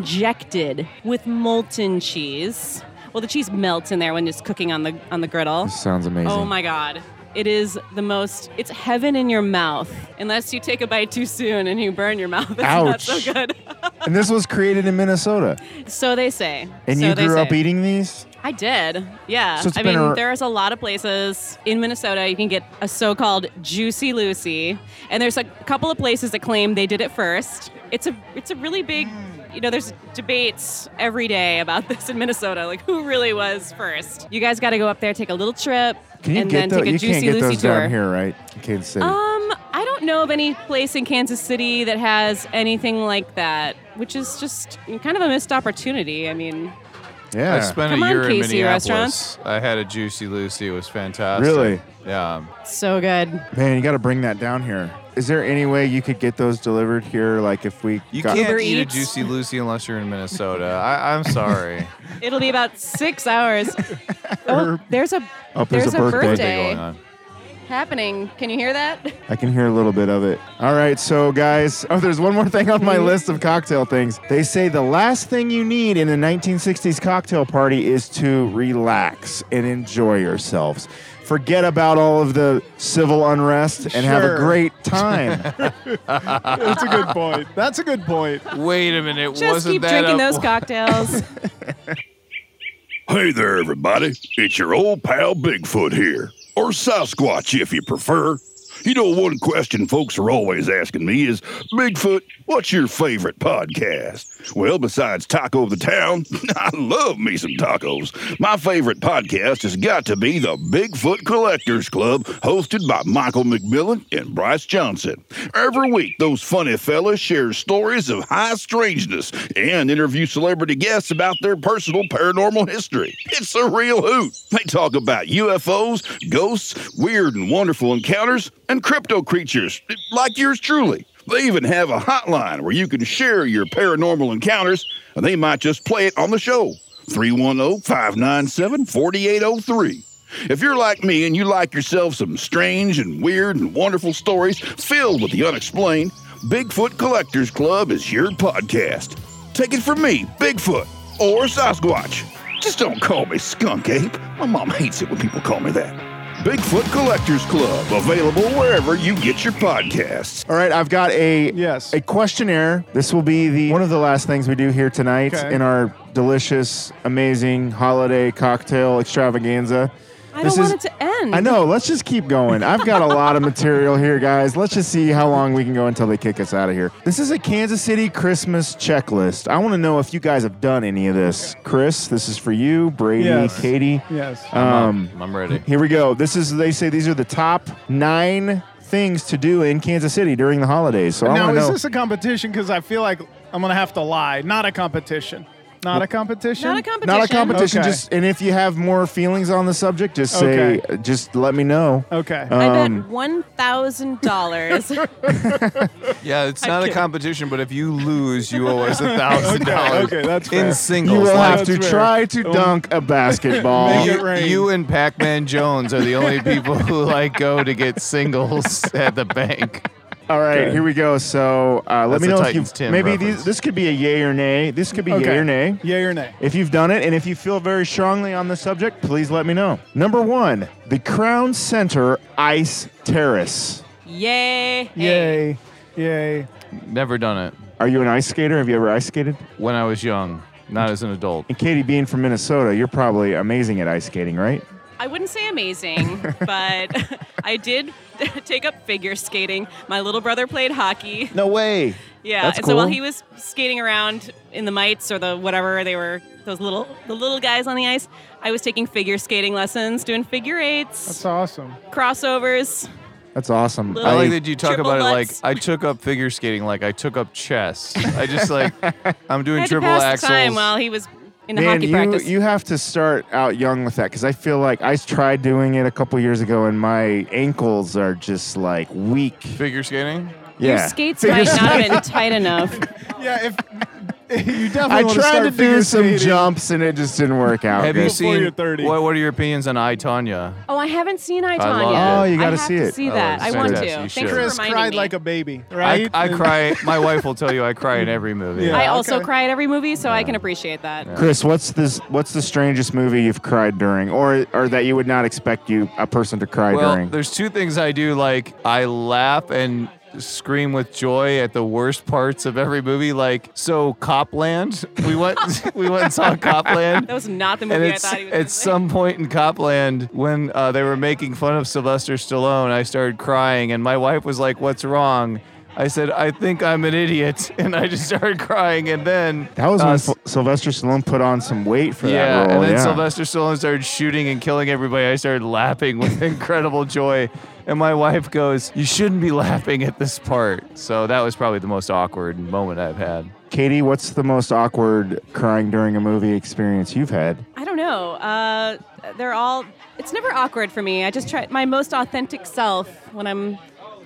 injected with molten cheese. Well, the cheese melts in there when it's cooking on the on the griddle.
This sounds amazing.
Oh my god. It is the most it's heaven in your mouth. Unless you take a bite too soon and you burn your mouth. It's not
Ouch.
so good.
And this was created in Minnesota.
so they say.
And
So
you
they
grew up
say.
eating these?
I did. Yeah.
So it's
I
been
mean,
a-
there's a lot of places in Minnesota you can get a so-called Juicy Lucy, and there's a couple of places that claim they did it first. It's a it's a really big, you know, there's debates every day about this in Minnesota, like who really was first. You guys got to go up there, take a little trip,
Can you
and
get
then
those?
take a
You
Juicy
can't get
Lucy
those
tour.
down here, right? In Kansas City.
Um, I don't know of any place in Kansas City that has anything like that, which is just kind of a missed opportunity. I mean,
yeah.
I spent
Come
a
on,
year in
Casey
Minneapolis.
restaurants.
I had a Juicy Lucy. It was fantastic.
Really?
Yeah.
so good.
Man, you got to bring that down here. Is there any way you could get those delivered here? Like if we
You
got
can't
Uber
eat
Eats.
a Juicy Lucy unless you're in Minnesota. I, I'm sorry.
It'll be about six hours. Oh, there's a
Oh, there's a birthday.
going on.
happening. Can you hear that?
I can hear a little bit of it. All right, so guys, oh, there's one more thing on my list of cocktail things. They say the last thing you need in a 1960s cocktail party is to relax and enjoy yourselves. Forget about all of the civil unrest and have a
Sure.
great time.
That's a good point. That's a good point.
Wait a minute.
Just
wasn't
keep
that
drinking
a-
those cocktails.
Hey there, everybody. It's your old pal Bigfoot here, or Sasquatch if you prefer. You know, one question folks are always asking me is Bigfoot, what's your favorite podcast? Well, besides Taco of the Town, I love me some tacos. My favorite podcast has got to be the Bigfoot Collectors Club, hosted by Michael McMillan and Bryce Johnson. Every week, those funny fellas share stories of high strangeness and interview celebrity guests about their personal paranormal history. It's a real hoot. They talk about UFOs, ghosts, weird and wonderful encounters, and crypto creatures like yours truly. They even have a hotline where you can share your paranormal encounters, and they might just play it on the show. oh, 310 597 4803. If you're like me and you like yourself some strange and weird and wonderful stories filled with the unexplained, Bigfoot Collectors Club is your podcast. Take it from me, Bigfoot or Sasquatch. Just don't call me Skunk Ape. My mom hates it when people call me that. Bigfoot Collectors Club, available wherever you get your podcasts.
all right, I've got a
Yes.
a questionnaire. This will be the one of the last things we do here tonight
Okay.
in our delicious, amazing holiday cocktail extravaganza.
I
This
don't
is-
want it to end.
I know. Let's just keep going. I've got a lot of material here, guys. Let's just see how long we can go until they kick us out of here. This is a Kansas City Christmas checklist. I want to know if you guys have done any of this. Chris, this is for you. Brady,
Yes.
Katie.
Yes.
Um,
I'm, I'm ready.
here we go. This is, they say these are the top nine things to do in Kansas City during the holidays. So I
now
want
is
to know.
this a competition? Because I feel like I'm gonna have to lie. Not a competition. Not a competition.
Not a competition.
Not a competition,
Okay.
just and if you have more feelings on the subject, just say,
Okay. Oh,
just let me know.
Okay.
I
um,
bet one thousand dollars.
Yeah, it's
I'm
not a
kidding.
competition, but if you lose, you owe us a thousand dollars.
okay, that's
in
fair.
singles.
You will
Like,
have to
That's
try
rare.
to
Um,
dunk a basketball.
Make it
you,
rain.
you and Pac-Man Jones are the only people who like go to get singles at the bank.
All right, here we go. So uh, let
That's
me
a
know if
Titans
you've
10
maybe
reference.
these, this could be a yay or nay. This could be yay or nay.
Yay or nay?
If you've done it and if you feel very strongly on the subject, please let me know. Number one, the Crown Center Ice Terrace.
Yay.
Yay. Yay.
Never done it
Are you an ice skater? Have you ever ice skated?
when I was young, not as an adult.
And Katie, being from Minnesota, you're probably amazing at ice skating, right?
I wouldn't say amazing, but I did take up figure skating. My little brother played hockey.
No way.
Yeah.
That's
and so while
cool.
he was skating around in the mites or the whatever they were, those little the little guys on the ice, I was taking figure skating lessons, doing figure eights,
That's awesome.
crossovers.
That's awesome.
Little-
I like
I,
that you talk
Triple
about
Lutz.
it like I took up figure skating, like I took up chess. I just like I'm
I
doing
had to
triple
pass
axles.
the time while he was in the
man,
hockey
you,
practice.
you have to start out young with that because I feel like I tried doing it a couple years ago and my ankles are just like weak.
figure skating.
Yeah.
Your skates
Figure
might not have been tight enough.
Yeah, if you definitely
I
wanna
tried
start
to
figure
do some
skating.
jumps and it just didn't work out.
Have
good.
you
Before
seen
you're 30.
What, what are your opinions on I Tonya?
Oh, I haven't seen I,
love
Tonya.
it. Oh,
you gotta
I have
see
to
it.
see
Oh,
that.
it's
I want to.
fantastic. You
Thanks
should.
for
Chris
Chris
reminding
cried
me.
like a baby, right?
I, I
And-
cry. My wife will tell you I cry in every movie.
Yeah.
I also
okay.
cry at every movie, so I can appreciate that.
Chris, what's this? What's the strangest movie you've cried during, or or that you would not expect you a person to cry
Well,
during?
there's two things I do. Like I laugh and scream with joy at the worst parts of every movie. Like so, Copland. We went. we went and saw Copland.
That was not the
and
movie I
it's,
thought he was. gonna
at
say.
some point in Copland, when uh, they were making fun of Sylvester Stallone, I started crying, and my wife was like, "What's wrong?" I said, "I think I'm an idiot," and I just started crying. And then
That was
uh,
when
s-
F- Sylvester Stallone put on some weight for
yeah,
that role.
and then
yeah.
Sylvester Stallone started shooting and killing everybody. I started laughing with incredible joy, and my wife goes, "You shouldn't be laughing at this part." So that was probably the most awkward moment I've had.
Katie, what's the most awkward crying during a movie experience you've had?
I don't know. Uh, they're all. It's never awkward for me. I just try my most authentic self when I'm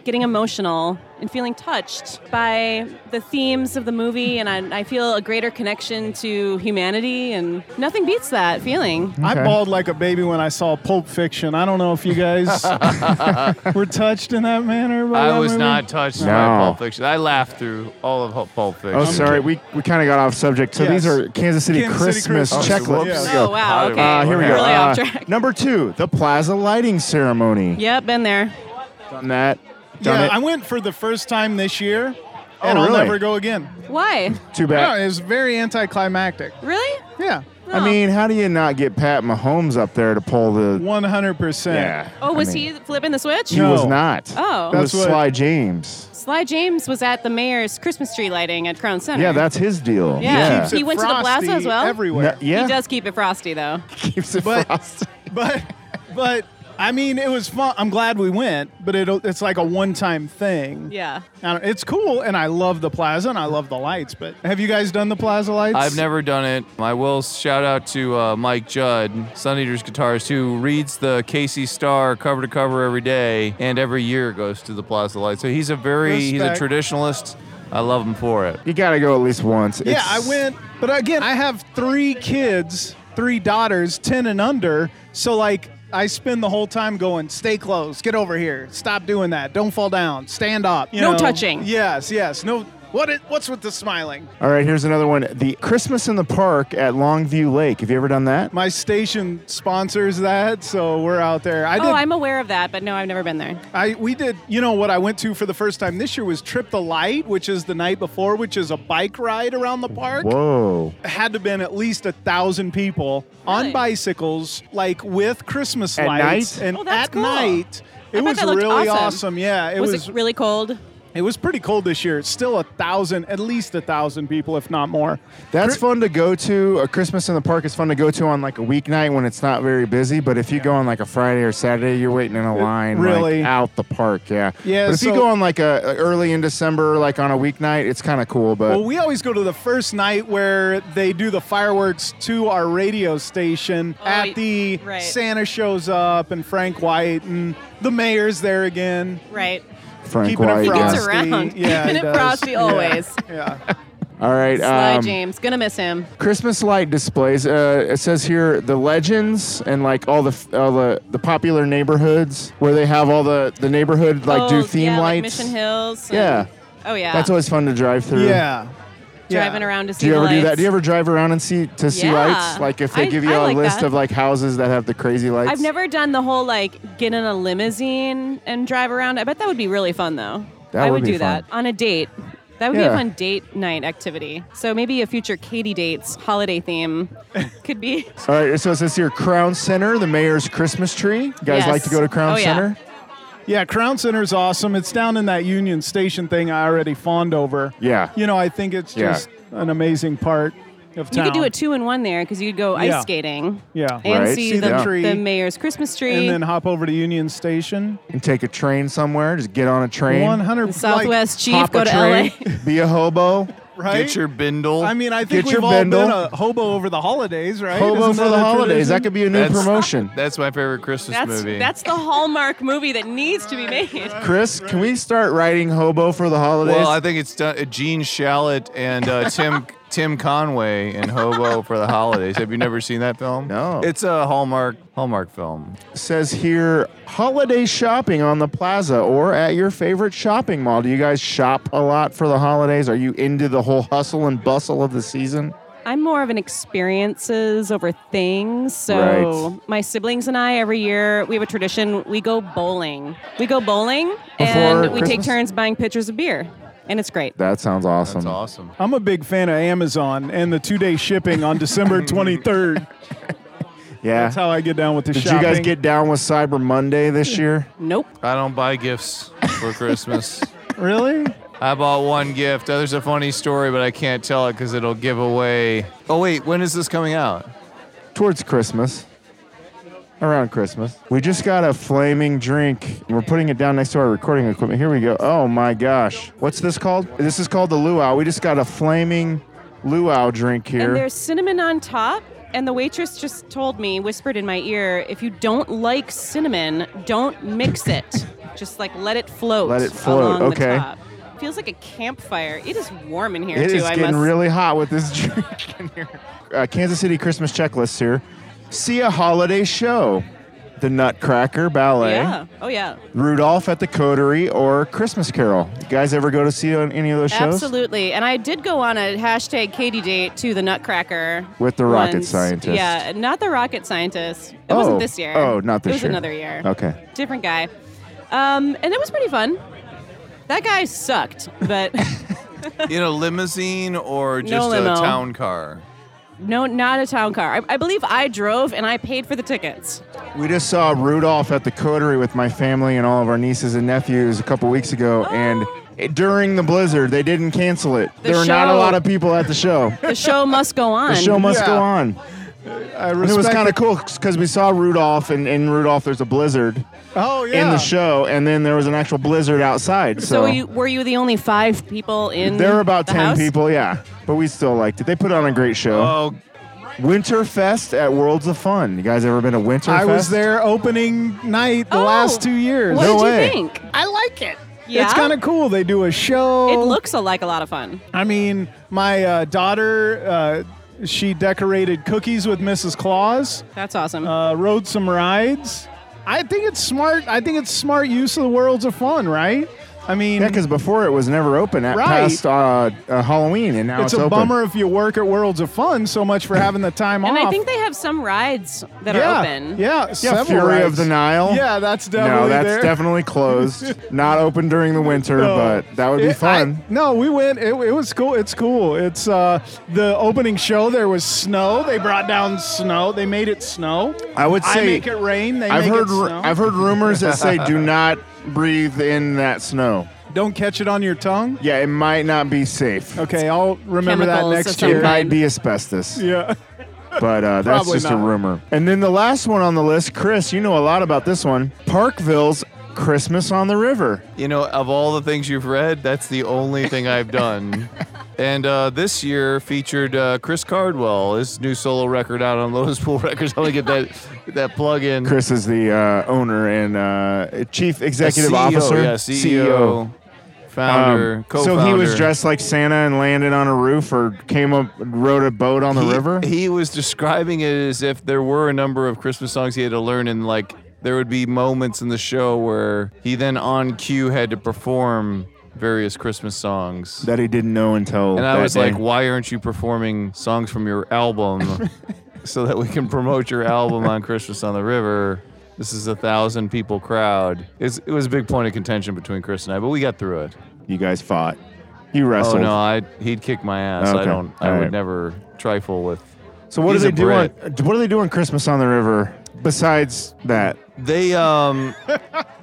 getting emotional and feeling touched by the themes of the movie, and I, I feel a greater connection to humanity, and nothing beats that feeling.
I
Okay.
bawled like a baby when I saw Pulp Fiction. I don't know if you guys were touched in that manner. By
I
that
was
movie.
not touched
Oh, No.
by Pulp Fiction. I laughed through all of Pulp Fiction.
Oh, sorry, we, we kind of got off subject. So these
Yes.
are Kansas City
Kansas City
Christmas
Christmas.
Oh,
checklists.
whoops.
Let's
Yeah.
go.
Oh wow. Okay.
Uh, here we go.
Really
Uh,
off track.
Number two, the plaza lighting ceremony.
Yep, been there.
Done that. Done
Yeah,
it. Oh,
I went for the first time this year, and
really?
I'll never go again.
Why?
Too
No,
bad.
it was very anticlimactic.
Really?
Yeah,
I mean, how do you not get Pat Mahomes up there to pull the?
one hundred
Yeah.
percent.
Oh, was
I mean,
he flipping the switch?
He
No.
was not.
Oh.
It was
That's what-
Sly James.
Sly James was at the mayor's Christmas tree lighting at Crown Center.
Yeah, that's his deal.
Yeah.
yeah.
He went to the plaza as well?
Everywhere,
No, yeah.
He does keep it frosty though.
Keeps it
But-
frosty.
but but I mean, it was fun. I'm glad we went, but it it's like a one time thing.
Yeah.
I don't- it's cool, and I love the plaza, and I love the lights. But have you guys done the plaza lights?
I've never done it. I will shout out to uh, Mike Judd, Sun Eaters Guitarist, who reads the Casey Star cover to cover every day and every year goes to the Plaza Light. So he's a very he's
Respect.
a traditionalist. I love him for it.
You gotta go at least once.
Yeah,
It's-
I went, but again, I have three kids, three daughters, ten and under. So like, I spend the whole time going, "Stay close, get over here, stop doing that, don't fall down, stand up." you
No
know?
touching.
Yes, yes, no. What? It, what's with the smiling?
All right, here's another one. The Christmas in the Park at Longview Lake. Have you ever done that?
My station sponsors that, so we're out there. I did.
Oh, I'm aware of that, but no, I've never been there.
I we did. You know what I went to for the first time this year was Trip the Light, which is the night before, which is a bike ride around the park.
Whoa.
had to been at least a thousand people
Really?
on bicycles, like with Christmas
At
lights,
night?
and
Oh, that's
at
cool.
night.
I
It
bet
was
that looked
really
awesome.
awesome. Yeah, it
was,
was.
it really cold?
it was pretty cold this year. It's still a thousand, at least a thousand people, if not more.
That's fun to go to. A Christmas in the Park is fun to go to on like a weeknight when it's not very busy. But if you go on like a Friday or Saturday, you're waiting in a line like,
really?
out the park. Yeah.
Yeah,
But if you
so-
go on like a a early in December, like on a weeknight, it's kind of cool. But
Well, we always go to the first night where they do the fireworks to our radio station.
Oh, y-
at the
right.
Santa shows up and Frank White and the mayor's there again.
Right.
Frank
keeping it
White.
He
yeah.
gets
Frosty.
around.
Yeah,
Keeping
he
it
does.
frosty
Yeah.
always.
Yeah.
All right.
Sly
um,
James, gonna miss him.
Christmas light displays. Uh, it says here the legends and like all the f- all the, the popular neighborhoods where they have all the the neighborhood like do
Oh,
theme
yeah, like
lights.
Mission Hills. and-
Yeah.
Oh yeah.
That's always fun to drive through.
Yeah.
driving
yeah.
around to see
Do you
the
ever do that?
lights.
Do you ever drive around and see to see
Yeah.
lights? Like if they
I-
give you
I
a
like
list
that.
of like houses that have the crazy lights.
I've never done the whole like get in a limousine and drive around. I bet that would be really fun though.
That
I
would
would,
be
do that on a date. That would be
Yeah.
a fun date night activity. So maybe a future Katie dates holiday theme could be.
All right, so it says here Crown Center, the mayor's Christmas tree. You guys
Yes.
like to go to Crown
Oh, yeah.
Center?
Yeah, Crown Center's awesome. It's down in that Union Station thing I already fawned over.
Yeah.
You know, I think it's
Yeah.
just an amazing part of
You
town.
could do a two in one there because you could go
Yeah.
ice skating
Yeah.
and
Right.
see,
See
the,
the
tree.
the mayor's Christmas tree.
and then hop over to Union Station.
And take a train somewhere, just get on a train.
100
the Southwest
hop
Chief go
a
to
train,
LA.
Be a hobo.
like, right?
Get your bindle.
I mean, I think
Get your
we've all been
bindle.
a hobo over the holidays, right?
Hobo
Isn't
for the
a
holidays. That
tradition?
could be a new
That's-
promotion.
that's my favorite Christmas
That's
movie.
that's the hallmark movie that needs to be made.
Chris, can we start writing hobo for the holidays?
well, I think it's done, uh, Gene Shalit and uh, Tim Tim Conway in Hobo for the Holidays. Have you never seen that film?
No.
It's a Hallmark Hallmark film.
it says here holiday shopping on the plaza or at your favorite shopping mall. Do you guys shop a lot for the holidays? Are you into the whole hustle and bustle of the season?
I'm more of an experiences over things. So
Right.
my siblings and I every year we have a tradition. We go bowling. We go bowling and
Before
we take
Christmas?
turns buying pitchers of beer. And it's great.
That sounds awesome.
That's awesome.
I'm a big fan of Amazon and the two day shipping on December 23rd.
Yeah.
That's how I get down with the
Did
shopping.
you guys get down with Cyber Monday this year?
Nope.
I don't buy gifts for Christmas.
Really?
I bought one gift. Oh, There's a funny story, but I can't tell it because it'll give away. Oh wait, when is this coming out?
Towards Christmas. Around Christmas. We just got a flaming drink. We're putting it down next to our recording equipment. Here we go. Oh my gosh. What's this called? This is called the luau. We just got a flaming luau drink
And
here.
there's cinnamon on top. And the waitress just told me, whispered in my ear, if you don't like cinnamon, don't mix it. just like let it float.
Let it float,
Along
okay.
The top. Feels like a campfire. It is warm in here
It
too.
is
I
getting
must.
really hot with this drink in here. Uh, Kansas City Christmas checklist here. See a holiday show. The Nutcracker Ballet.
yeah. Oh yeah.
Rudolph at the Coterie or Christmas Carol. You guys ever go to see on any of those shows?
Absolutely. And I did go on a hashtag Katie date to the Nutcracker.
With the rocket
once.
scientist.
Yeah, not the rocket scientist. It
Oh.
wasn't this year.
Oh, not this
It was
year. Oh.
another year.
Okay.
Different guy. Um, and it was pretty fun. That guy sucked, but
In a limousine or just
No limo.
a town car?
no, not a town car. I, I believe I drove and I paid for the tickets.
We just saw Rudolph at the Coterie with my family and all of our nieces and nephews a couple weeks ago, and it, during the blizzard, they didn't cancel it.
Oh. The
there were not a
show.
lot of people at the show.
The show must go on.
The show must go
Yeah.
on.
I
And
respect
it was kind of
it.
cool because we saw Rudolph, and in Rudolph, there's a blizzard
Oh, yeah.
in the show, and then there was an actual blizzard outside.
so
So,
were you, were you the only five people in?
there were about
the
10
house?
people, yeah. But we still liked it. They put on a great show.
Oh,
Winterfest at Worlds of Fun. You guys ever been to Winterfest?
I was there opening night the
Oh,
last two years.
What
No
did
way.
you think?
I like it.
Yeah?
It's kind of cool. They do a show.
It looks like a lot of fun.
I mean, my uh, daughter, uh, she decorated cookies with Mrs. Claus,
That's awesome.
uh, rode some rides. I think it's smart. I think it's smart use of the worlds of fun, right? I mean,
Yeah, because before it was never open at
Right.
past uh, uh, Halloween, and now
it's
it's,
a
open.
bummer if you work at Worlds of Fun so much for having the time
And
off.
I think they have some rides that
yeah,
are open.
Yeah,
Yeah,
several
Fury
rides.
of the Nile.
Yeah, that's definitely
no, that's
there.
definitely closed. Not open during the winter,
No.
but that would be
It-
fun.
I- no, we went. It, it was cool. It's cool. It's uh, the opening show. There was snow. They brought down snow. They made it snow.
I would
I
say-
make it rain. They
I, have
make
heard
it snow.
ru- I've heard rumors that say do not breathe in that snow.
Don't catch it on your tongue.
Yeah, it might not be safe.
Okay, I'll remember that
Chemicals of
next
some
It
year.
might be asbestos,
Yeah.
but uh, that's
Probably
just a
not.
rumor. And then the last one on the list, Chris, you know a lot about this one. Parkville's Christmas on the River.
You know, of all the things you've read, that's the only thing I've done. and uh, this year featured uh, Chris Cardwell, his new solo record out on Lotus Pool Records. I want to get that get that plug in.
Chris is the uh, owner and uh, chief
Uh,
executive
CEO,
officer. E
yeah, CEO. E founder,
Um,
co-founder.
So he was dressed like Santa and landed on a roof, or came up, rode a boat on the
he,
river.
He was describing it as if there were a number of Christmas songs he had to learn, and like there would be moments in the show where he then on cue had to perform various Christmas songs.
that he didn't know until.
and I
that
was
day.
like, why aren't you performing songs from your album so that we can promote your album on Christmas on the River? This is a thousand people crowd. It's, it was a big point of contention between Chris and I, but we got through it.
you guys fought, you
Oh
wrestled.
no, I he'd kick my ass. I
Okay.
don't. I
All
would
right.
never trifle with
So what do
He's
they
a
do on? What do they do on Christmas on the River besides that?
They um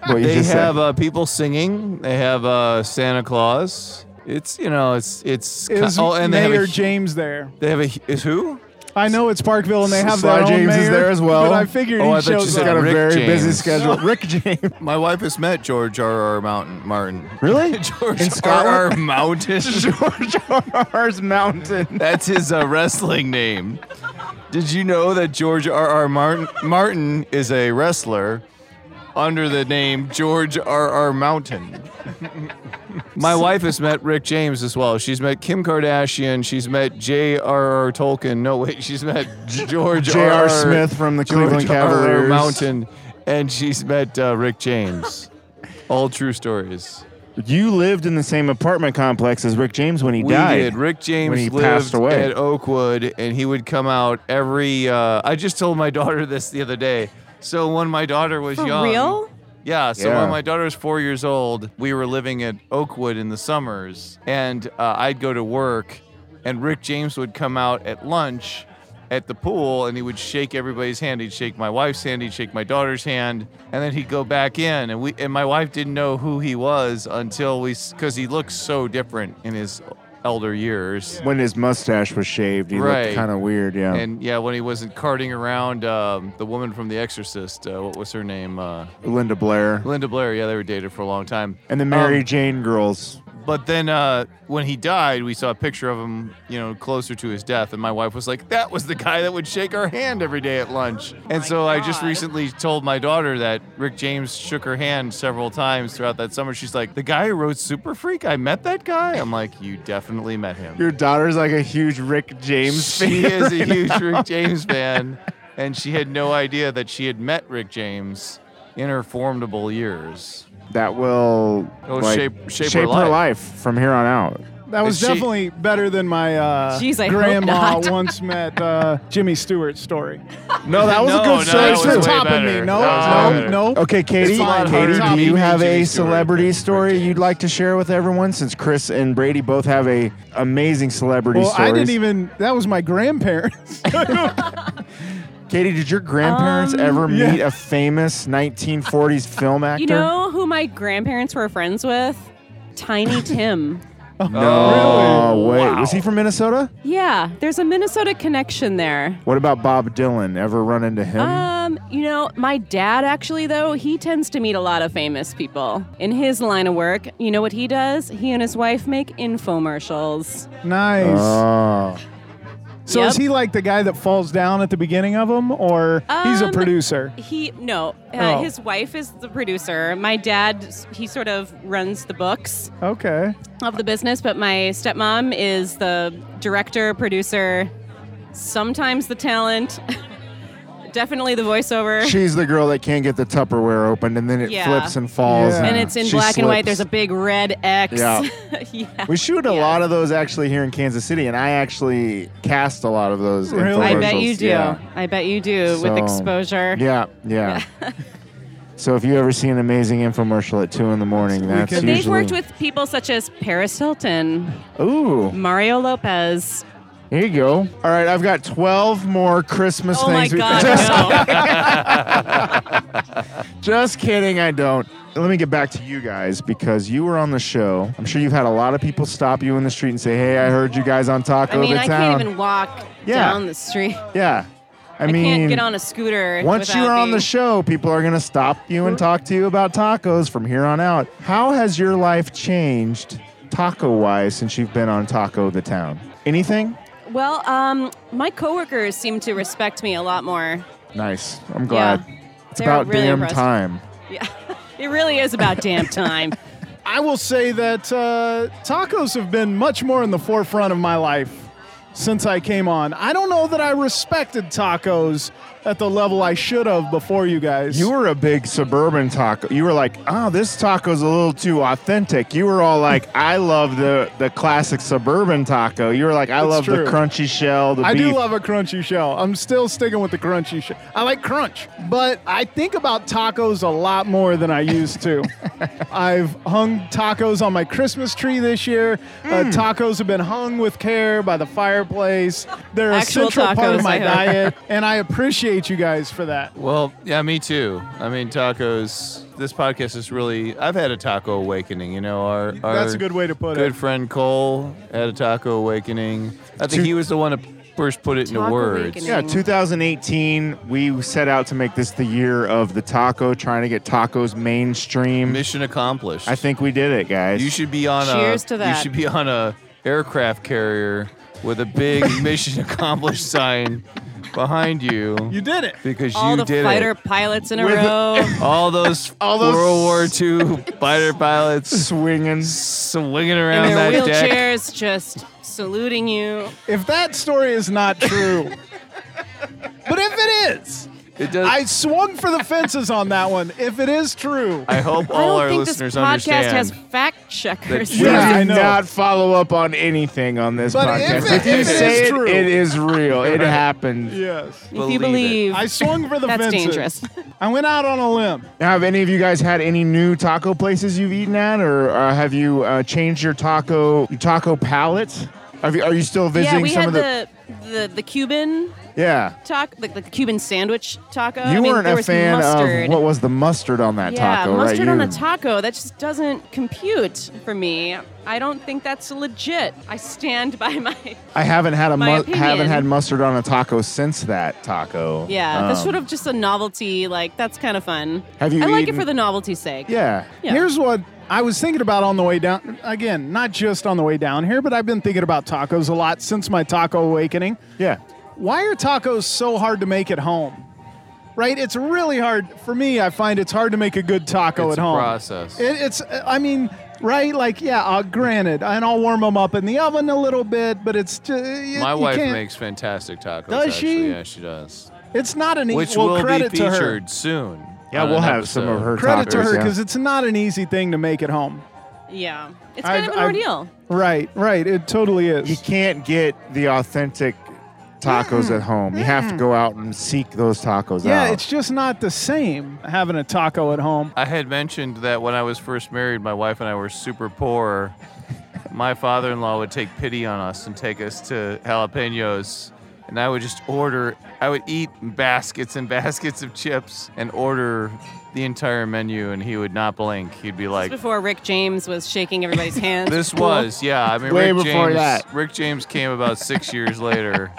What you
they
just
have
said?
uh, people singing. They have uh, Santa Claus. It's you know it's it's
Is
oh and they
Mayor
have a, hu-
James there?
they have a hu- is who
I know it's Parkville and they have
Sly
their own
James is
mayor,
there as well.
But I figured
Oh,
he
I thought you
shows
said
He's
up.
got a
Rick
very busy
James.
schedule. Rick James.
My wife has met George R. R. Mountain Martin.
Really?
George
In
R. R.
Scotland?
Mountain.
George R. R's Mountain.
That's his uh, wrestling name. Did you know that George R. R. Martin Martin is a wrestler under the name George R. R. Mountain? My wife has met Rick James as well. She's met Kim Kardashian. She's met J.R.R. Tolkien. No, wait, she's met George
J.R.
R.R.
Smith from the
George
Cleveland
R.R.
Cavaliers.
Mountain, and she's met uh, Rick James. All true stories.
You lived in the same apartment complex as Rick James when he
We
died.
did. Rick James
when he
lived
passed away.
at Oakwood, and he would come out every. Uh, I just told my daughter this the other day. So when my daughter was
For
young,
real?
yeah. So
Yeah.
when my daughter was four years old, we were living at Oakwood in the summers, and uh, I'd go to work, and Rick James would come out at lunch at the pool, and he would shake everybody's hand. He'd shake my wife's hand. He'd shake my daughter's hand, and then he'd go back in, and we and my wife didn't know who he was until we, because he looked so different in his elder years.
when his mustache was shaved. He
Right.
looked kind of weird. Yeah.
And yeah, when he wasn't carting around um, the woman from The Exorcist, uh, what was her name? Uh,
Linda Blair
Linda Blair. Yeah, they were dated for a long time.
and the Mary
Um,
Jane girls.
but then uh, when he died, we saw a picture of him, you know, closer to his death, and my wife was like, "That was the guy that would shake our hand every day at lunch."
Oh
And so I just
God.
recently told my daughter that Rick James shook her hand several times throughout that summer. She's like, "The guy who wrote Super Freak, I met that guy." I'm like, "You definitely met him."
Your daughter's like a huge Rick James fan.
She is a huge Rick James fan, and she had no idea that she had met Rick James in her formidable years.
That will
It'll
like,
shape- shape her
her,
life.
life from here on out.
That was
She-
definitely better than my uh,
Jeez, I hope
grandma
not.
once met uh, Jimmy Stewart's story.
No, that was
No,
a
no,
good story.
that was
too.
way
topping
better.
me. No,
That was way
no,
Um, better.
no.
Okay, Katie,
It's a lot
Katie,
harder
do
to
you
be
have a
Jimmy Stewart
celebrity
than
story
Rick
you'd
James.
like to share with everyone? Since Chris and Brady both have a amazing celebrity
Well,
stories.
I didn't even. That was my grandparents.
Katie, did your grandparents
Um,
ever
yeah.
meet a famous 1940s film actor?
You know who my grandparents were friends with? Tiny Tim.
Oh,
Really?
wait.
Wow.
Was he from Minnesota?
yeah, there's a Minnesota connection there.
What about Bob Dylan? Ever run into him?
Um, you know, my dad actually though, he tends to meet a lot of famous people in his line of work. You know what he does? He and his wife make infomercials.
nice.
oh.
so is
yep.
he like the guy that falls down at the beginning of them, or he's a
Um,
producer?
He no, uh,
Oh.
his wife is the producer. My dad, s- he sort of runs the books
Okay.
of the business, but my stepmom is the director, producer, sometimes the talent, definitely the voiceover.
She's the girl that can't get the Tupperware opened and then it
Yeah.
flips and falls.
Yeah.
and it's in
she
black and
slips.
white. There's a big red X.
Yeah.
Yeah.
We shoot a lot of those actually here in Kansas City, and I actually cast a lot of those.
Really?
I bet
infomercials.
you do.
Yeah,
I bet you do
So-
with exposure.
yeah. yeah. so if you ever see an amazing infomercial at two in the morning, that's
can-
usually.
They've worked with people such as Paris Hilton,
Ooh,
Mario Lopez.
here you go. All right, I've got twelve more Christmas
Oh my
things. we-
God!
Just,
no.
just kidding, I don't. Let me get back to you guys because you were on the show. I'm sure you've had a lot of people stop you in the street and say, "Hey, I heard you guys on Taco
I mean,
the
I
Town."
can't even walk
Yeah.
down the street.
yeah, I,
I,
mean,
can't get on a scooter.
Once
without
you're on the
being-
show, people are going to stop you and talk to you about tacos from here on out. How has your life changed taco wise since you've been on Taco the Town? Anything?
Well, um, my coworkers seem to respect me a lot more.
Nice. I'm glad.
Yeah.
It's
They're
about
really
damn
impressed.
time.
Yeah, it really is about damn time.
I will say that uh, tacos have been much more in the forefront of my life since I came on. I don't know that I respected tacos at the level I should have before you guys.
You were a big suburban taco. You were like, oh, this taco's a little too authentic. You were all like, I love the the classic suburban taco. You were like, I
That's
love
true.
the crunchy shell, the
I
beef.
do love a crunchy shell. I'm still sticking with the crunchy shell. I like crunch, but I think about tacos a lot more than I used to. I've hung tacos on my Christmas tree this year. Uh, tacos have been hung with care by the fireplace. They're
Actual
a central part of
tacos,
my
I hope.
diet, and I appreciate you guys for that.
Well, yeah, me too. I mean, tacos. This podcast is really. I've had a taco awakening. You know, our, our
That's a good way to put
good
it.
friend Cole had a taco awakening. I think
Two-
he was the one to first put it into
Taco
words.
awakening.
yeah, 2018, we set out to make this the year of the taco, trying to get tacos mainstream.
Mission accomplished.
I think we did it, guys.
you should be on
Cheers
a.
to that.
You should be on a aircraft carrier with a big mission accomplished sign behind you
You did it.
because
All
you
the
did
fighter
it.
pilots in a row.
All those,
All those-
World War II fighter pilots
swinging.
swinging
in
around
their
that deck.
wheelchairs, just saluting you.
If that story is not true, but if it is,
It does,
I swung for the fences on that one. If it is true.
I hope
I
all
don't
our
think
listeners
this podcast
understand.
has fact checkers.
We
Yeah,
did
I know.
not follow up on anything on this
But if
podcast.
it-
If, you
if it
say
is
it,
true.
it is real. It happened.
yes.
if you
Believe
believe,
I swung for the
that's
fences.
dangerous.
I went out on a limb.
Now, have any of you guys had any new taco places you've eaten at, or uh, have you uh, changed your taco your taco palate? Have you, are you still visiting
yeah, we
some
had
of the,
the, the the Cuban
Yeah,
taco, like the Cuban sandwich taco.
you
I mean,
weren't
there
a
was
fan
mustard.
of what was the mustard on that
yeah,
taco,
mustard
right?
on
You-
a taco. That just doesn't compute for me. I don't think that's legit. I stand by my.
I haven't had a
My
mu- haven't
opinion.
had mustard on a taco since that taco.
Yeah, that's
Um,
sort of just a novelty. Like that's kind of fun.
Have you
I like it
eaten-
for the novelty's sake.
yeah.
Yeah.
Here's what I was thinking about on the way down. Again, not just on the way down here, but I've been thinking about tacos a lot since my taco awakening.
yeah.
Why are tacos so hard to make at home? Right? It's really hard. For me, I find it's hard to make a good taco
It's
at home.
a process.
It, it's, I mean, right? Like, yeah, uh, granted, and I'll warm them up in the oven a little bit, but it's just.
My wife makes fantastic tacos.
Does
actually.
she?
Yeah, she does.
It's not an
Which
equal
will be
credit to her.
featured soon.
Yeah,
on
we'll
an
have some of
episode.
her
Credit to
tacos,
her
yeah.
because it's not an easy thing to make at home.
Yeah, it's kind
I've-
of an
I've-
ordeal.
Right, right. It totally
You
is.
can't get the authentic tacos at home. You
Mm.
have to go out and seek those tacos out.
Yeah, it's just not the same having a taco at home.
I had mentioned that when I was first married, my wife and I were super poor. my father-in-law would take pity on us and take us to jalapenos, and I would just order. I would eat baskets and baskets of chips and order the entire menu, and he would not blink. He'd be like,
Just before Rick James was shaking everybody's hands.
"This was, yeah." I mean,
Way
Rick
before
James,
that.
Rick James came about six years later.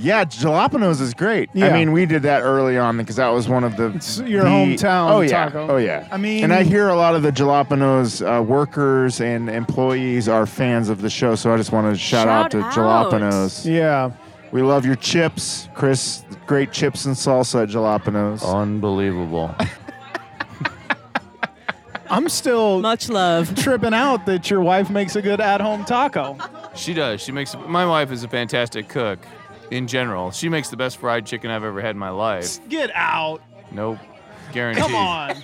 Yeah, jalapenos is great. I
Yeah.
mean, we did that early on because that was one of the
It's your
the-
hometown
Oh yeah,
taco.
oh yeah.
I mean-
and I hear a lot of the jalapenos uh, workers and employees are fans of the show, so I just want to shout, out to
Shout out.
jalapenos.
Yeah.
We love your chips, Chris. Great chips and salsa at jalapenos.
Oh. Unbelievable.
I'm still
Much love.
tripping out that your wife makes a good at home taco.
She does. She makes. My wife is a fantastic cook. In general, she makes the best fried chicken I've ever had in my life.
Get out.
Nope. Guaranteed.
Come on.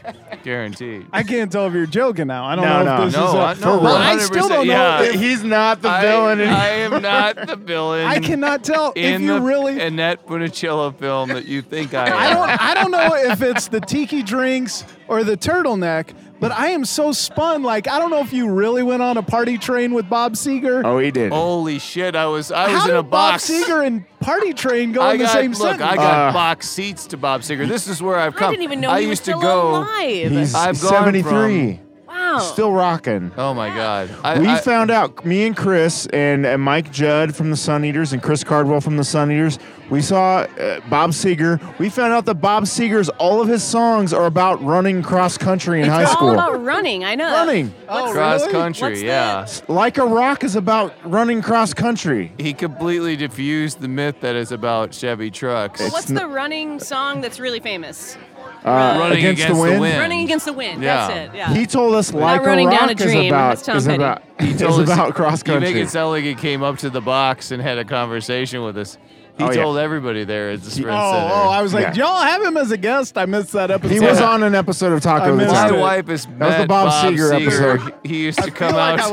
Guaranteed.
I can't tell if you're joking now. I don't
No,
know
no.
if this
No,
is a-
I- no,
Well, I still
100%,
don't know
yeah.
if
He's not the
I,
villain.
I am not the villain.
I cannot tell
in
if you
the
really
Annette Funicello film that you think I am.
I don't I don't know if it's the tiki drinks or the turtleneck, but I am so spun like I don't know if you really went on a party train with Bob Seger.
oh, he did.
Holy shit! I was I was
How
in a
did Bob
box.
Seger and Party Train go
I
in the
got,
same
look,
sentence?
I got
Uh,
box seats to Bob Seger. This is where I've
I
come.
didn't even know
I
he
used
was
to
still
go.
alive.
He's
I've gone
73,
wow.
still rocking.
Oh my god! I,
We
I-
found out, me and Chris and, and Mike Judd from the Sun Eaters and Chris Cardwell from the Sun Eaters, we saw uh, Bob Seger. We found out that Bob Seger's, all of his songs are about running cross country in high
it's all
school.
about running. I know.
running.
Oh,
cross
really?
country.
What's
yeah.
that?
Like a Rock is about running cross country.
He completely diffused the myth that is about Chevy trucks.
What's
n-
the running song that's really famous?
Uh,
Running Against the Wind.
Running against the wind.
Yeah.
That's it. Yeah.
He told us like a
running down a
rock
dream.
is about
That's Tom
is
Petty.
about is
told us-
about cross country.
You make it sound like he came up to the box and had a conversation with us. He
Oh, yeah.
told everybody there at the Sprint
Oh,
Center.
oh, I was like,
Yeah.
y'all have him as a guest. I missed that episode.
he was
Yeah.
on an episode of
I
Taco the
missed
my
it.
Town.
wife is
That was the Bob Seger episode.
He he used to
I
come
feel like I
out.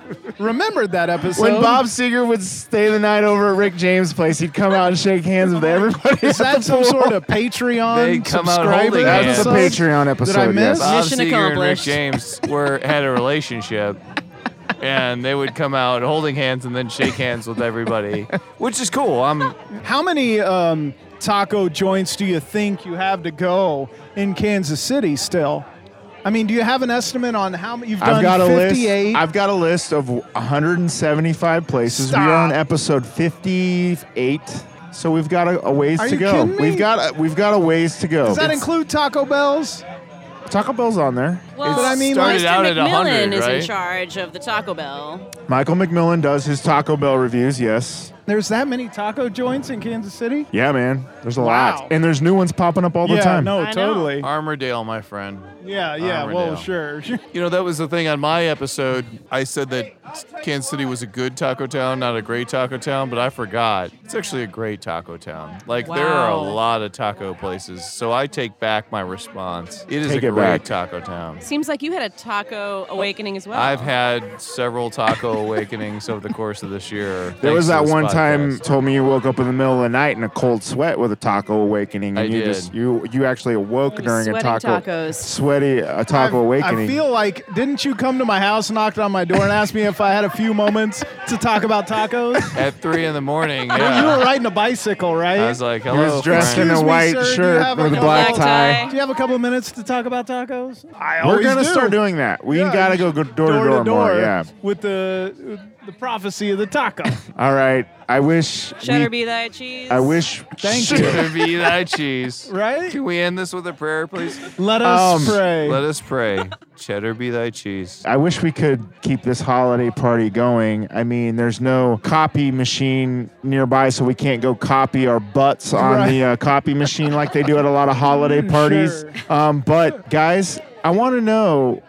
would've remembered that episode.
When Bob Seger would stay the night over at Rick James' place, he'd come out and shake hands with everybody.
is that some sort of Patreon
They come out
subscriber
holding
That's the
episode?
Patreon episode.
Did I
yes.
miss?
Bob
Mission
Seger and Rick
accomplished.
James were had a relationship, and they would come out holding hands and then shake hands with everybody, which is cool. I'm
How many um, taco joints do you think you have to go in Kansas City still? I mean, do you have an estimate on how many you've done?
I've got a
58?
list. I've got a list of 175 places. We are on
Stop.
episode 58, so we've got a, a ways
Are
to
you
go.
kidding me?
We've got a, we've got a ways to go.
Does that
It's-
include Taco Bells?
Taco Bell's on there.
well,
But I mean,
started
Mr.
out at
McMillan
100,
is in
right?
charge of the Taco Bell.
Michael McMillan does his Taco Bell reviews. Yes.
There's that many taco joints in Kansas City?
Yeah, man. There's a
Wow.
lot, and there's new ones popping up all the
yeah,
time.
no,
I know.
totally.
Armordale, my friend.
Yeah, yeah.
Armadale.
Well, sure.
You know, that was the thing on my episode. I said that Kansas City was a good taco town, not a great taco town, but I forgot. It's actually a great taco town. Like, there are a
Wow.
lot of taco places. So I take back my response. It is
Take
a
it
great
back.
taco town.
Seems like you had a taco awakening as well.
I've had several taco awakenings over the course of this year.
There was that
thanks to
one
this
time
podcast.
told me you woke up in the middle of the night in a cold sweat with a taco awakening, and
I
you
did.
just you you actually awoke
was
during a
sweating
taco
tacos.
sweaty a taco
I've-
awakening.
I feel like, didn't you come to my house, knocked on my door, and asked me if I had a few moments to talk about tacos?
At three in the morning.
You were
Yeah.
riding a bicycle, right?
I was like,
he
hello.
was dressed
friend."
in
Excuse
a
me,
white
sir, do you
shirt
have a
with a
couple-
black
Black
tie.
tie.
Do you have a couple of minutes to talk about tacos? I
We're
always
gonna
do.
start doing that. We
Yeah,
gotta go
you should-
go door to door more. Yeah.
with the with the prophecy of the taco.
All right. I wish.
Cheddar
we-
be thy cheese.
I wish.
Thank you.
Cheddar be thy cheese.
Right?
Can we end this with a prayer, please?
Let us
Um,
pray.
Let us pray. Cheddar be thy cheese.
I wish we could keep this holiday party going. I mean, there's no copy machine nearby, so we can't go copy our butts on
Right.
the uh, copy machine like they do at a lot of holiday parties. Um, but, guys, I want to know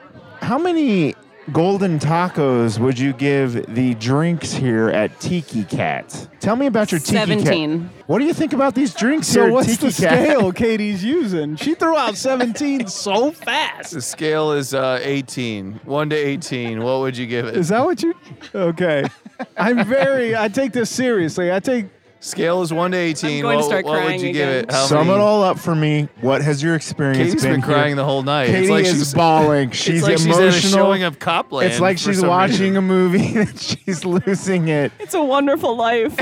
how many golden tacos would you give the drinks here at Tiki Cat? Tell me about your Tiki Cat.
17.
What do you think about these drinks here
so
at
what's
Tiki
the
Cat?
scale Katie's using? She threw out 17 so fast.
The scale is uh, 18. 1 to 18. What would you give it?
Is that what you? Okay. I'm very. I take this seriously. I take.
scale is 1 to 18.
I'm going to
what,
start
what
crying
would you give
again.
it? How
Sum
many-
it all up for me. What has your experience
Katie's been,
been here?
crying the whole night.
Katie
it's like
is
she's
bawling. She's
it's like she's at
emotional.
a showing of Copland.
it's like
for
she's
some
watching
reason.
a movie and she's losing it.
It's a wonderful life.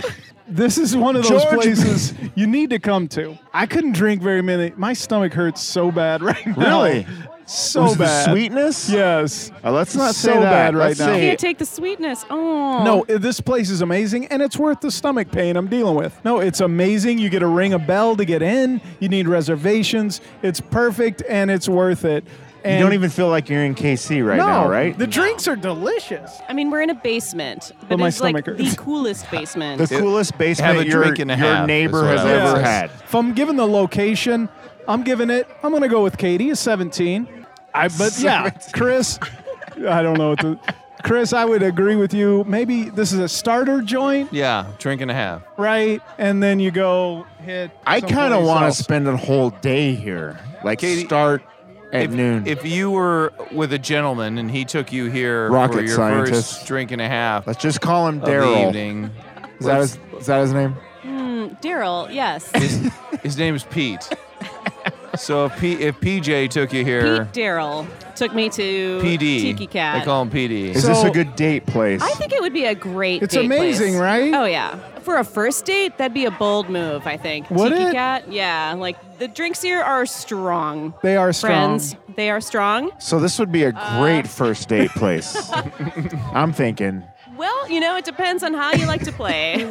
This is one of those
George-
places you need to come to. I couldn't drink very many. My stomach hurts so bad right now.
Really?
So
Was it
bad.
The sweetness?
Yes.
Uh, let's not
So
say that.
bad right
Let's
now.
say-
Can't take the sweetness. Oh.
No, i- this place is amazing, and it's worth the stomach pain I'm dealing with. No, it's amazing. You get to ring a bell to get in. You need reservations. It's perfect, and it's worth it. And
you don't even feel like you're in KC right
no,
now, right?
The drinks are delicious.
I mean, we're in a basement, but,
my
it's like
stomach
the
hurts.
coolest basement.
The coolest basement
Have a
your,
drink and a
your
half,
neighbor
is what
has
I would
ever
say.
had.
If I'm given the location, I'm giving it. I'm gonna go with Katie. A 17. I but yeah, Chris. I don't know what to. Chris, I would agree with you. Maybe this is a starter joint,
Yeah, drink and a half.
right? And then you go hit.
I kind of want
want
to spend a whole day here. Like
Katie,
start at
if,
noon.
If you were with a gentleman and he took you here for
Rocket
your
scientist.
first drink and a half
Let's just call him
of the
Daryl.
evening,
Is that his, is that his name?
Daryl, yes.
his, his name is Pete. So if, P, if PJ took you here,
Pete Daryl took me to
PD.
Tiki
They
Cat.
call him PD.
Is this
So-
a good date place?
I think it would be a great.
It's
date
amazing,
place.
right?
Oh yeah, for a first date, that'd be a bold move. I think.
Would
Tiki
it?
Cat, yeah. Like the drinks here are strong.
They are strong.
Friends, they are strong.
so this would be a great first date place. I'm thinking.
Well, you know, it depends on how you like to play.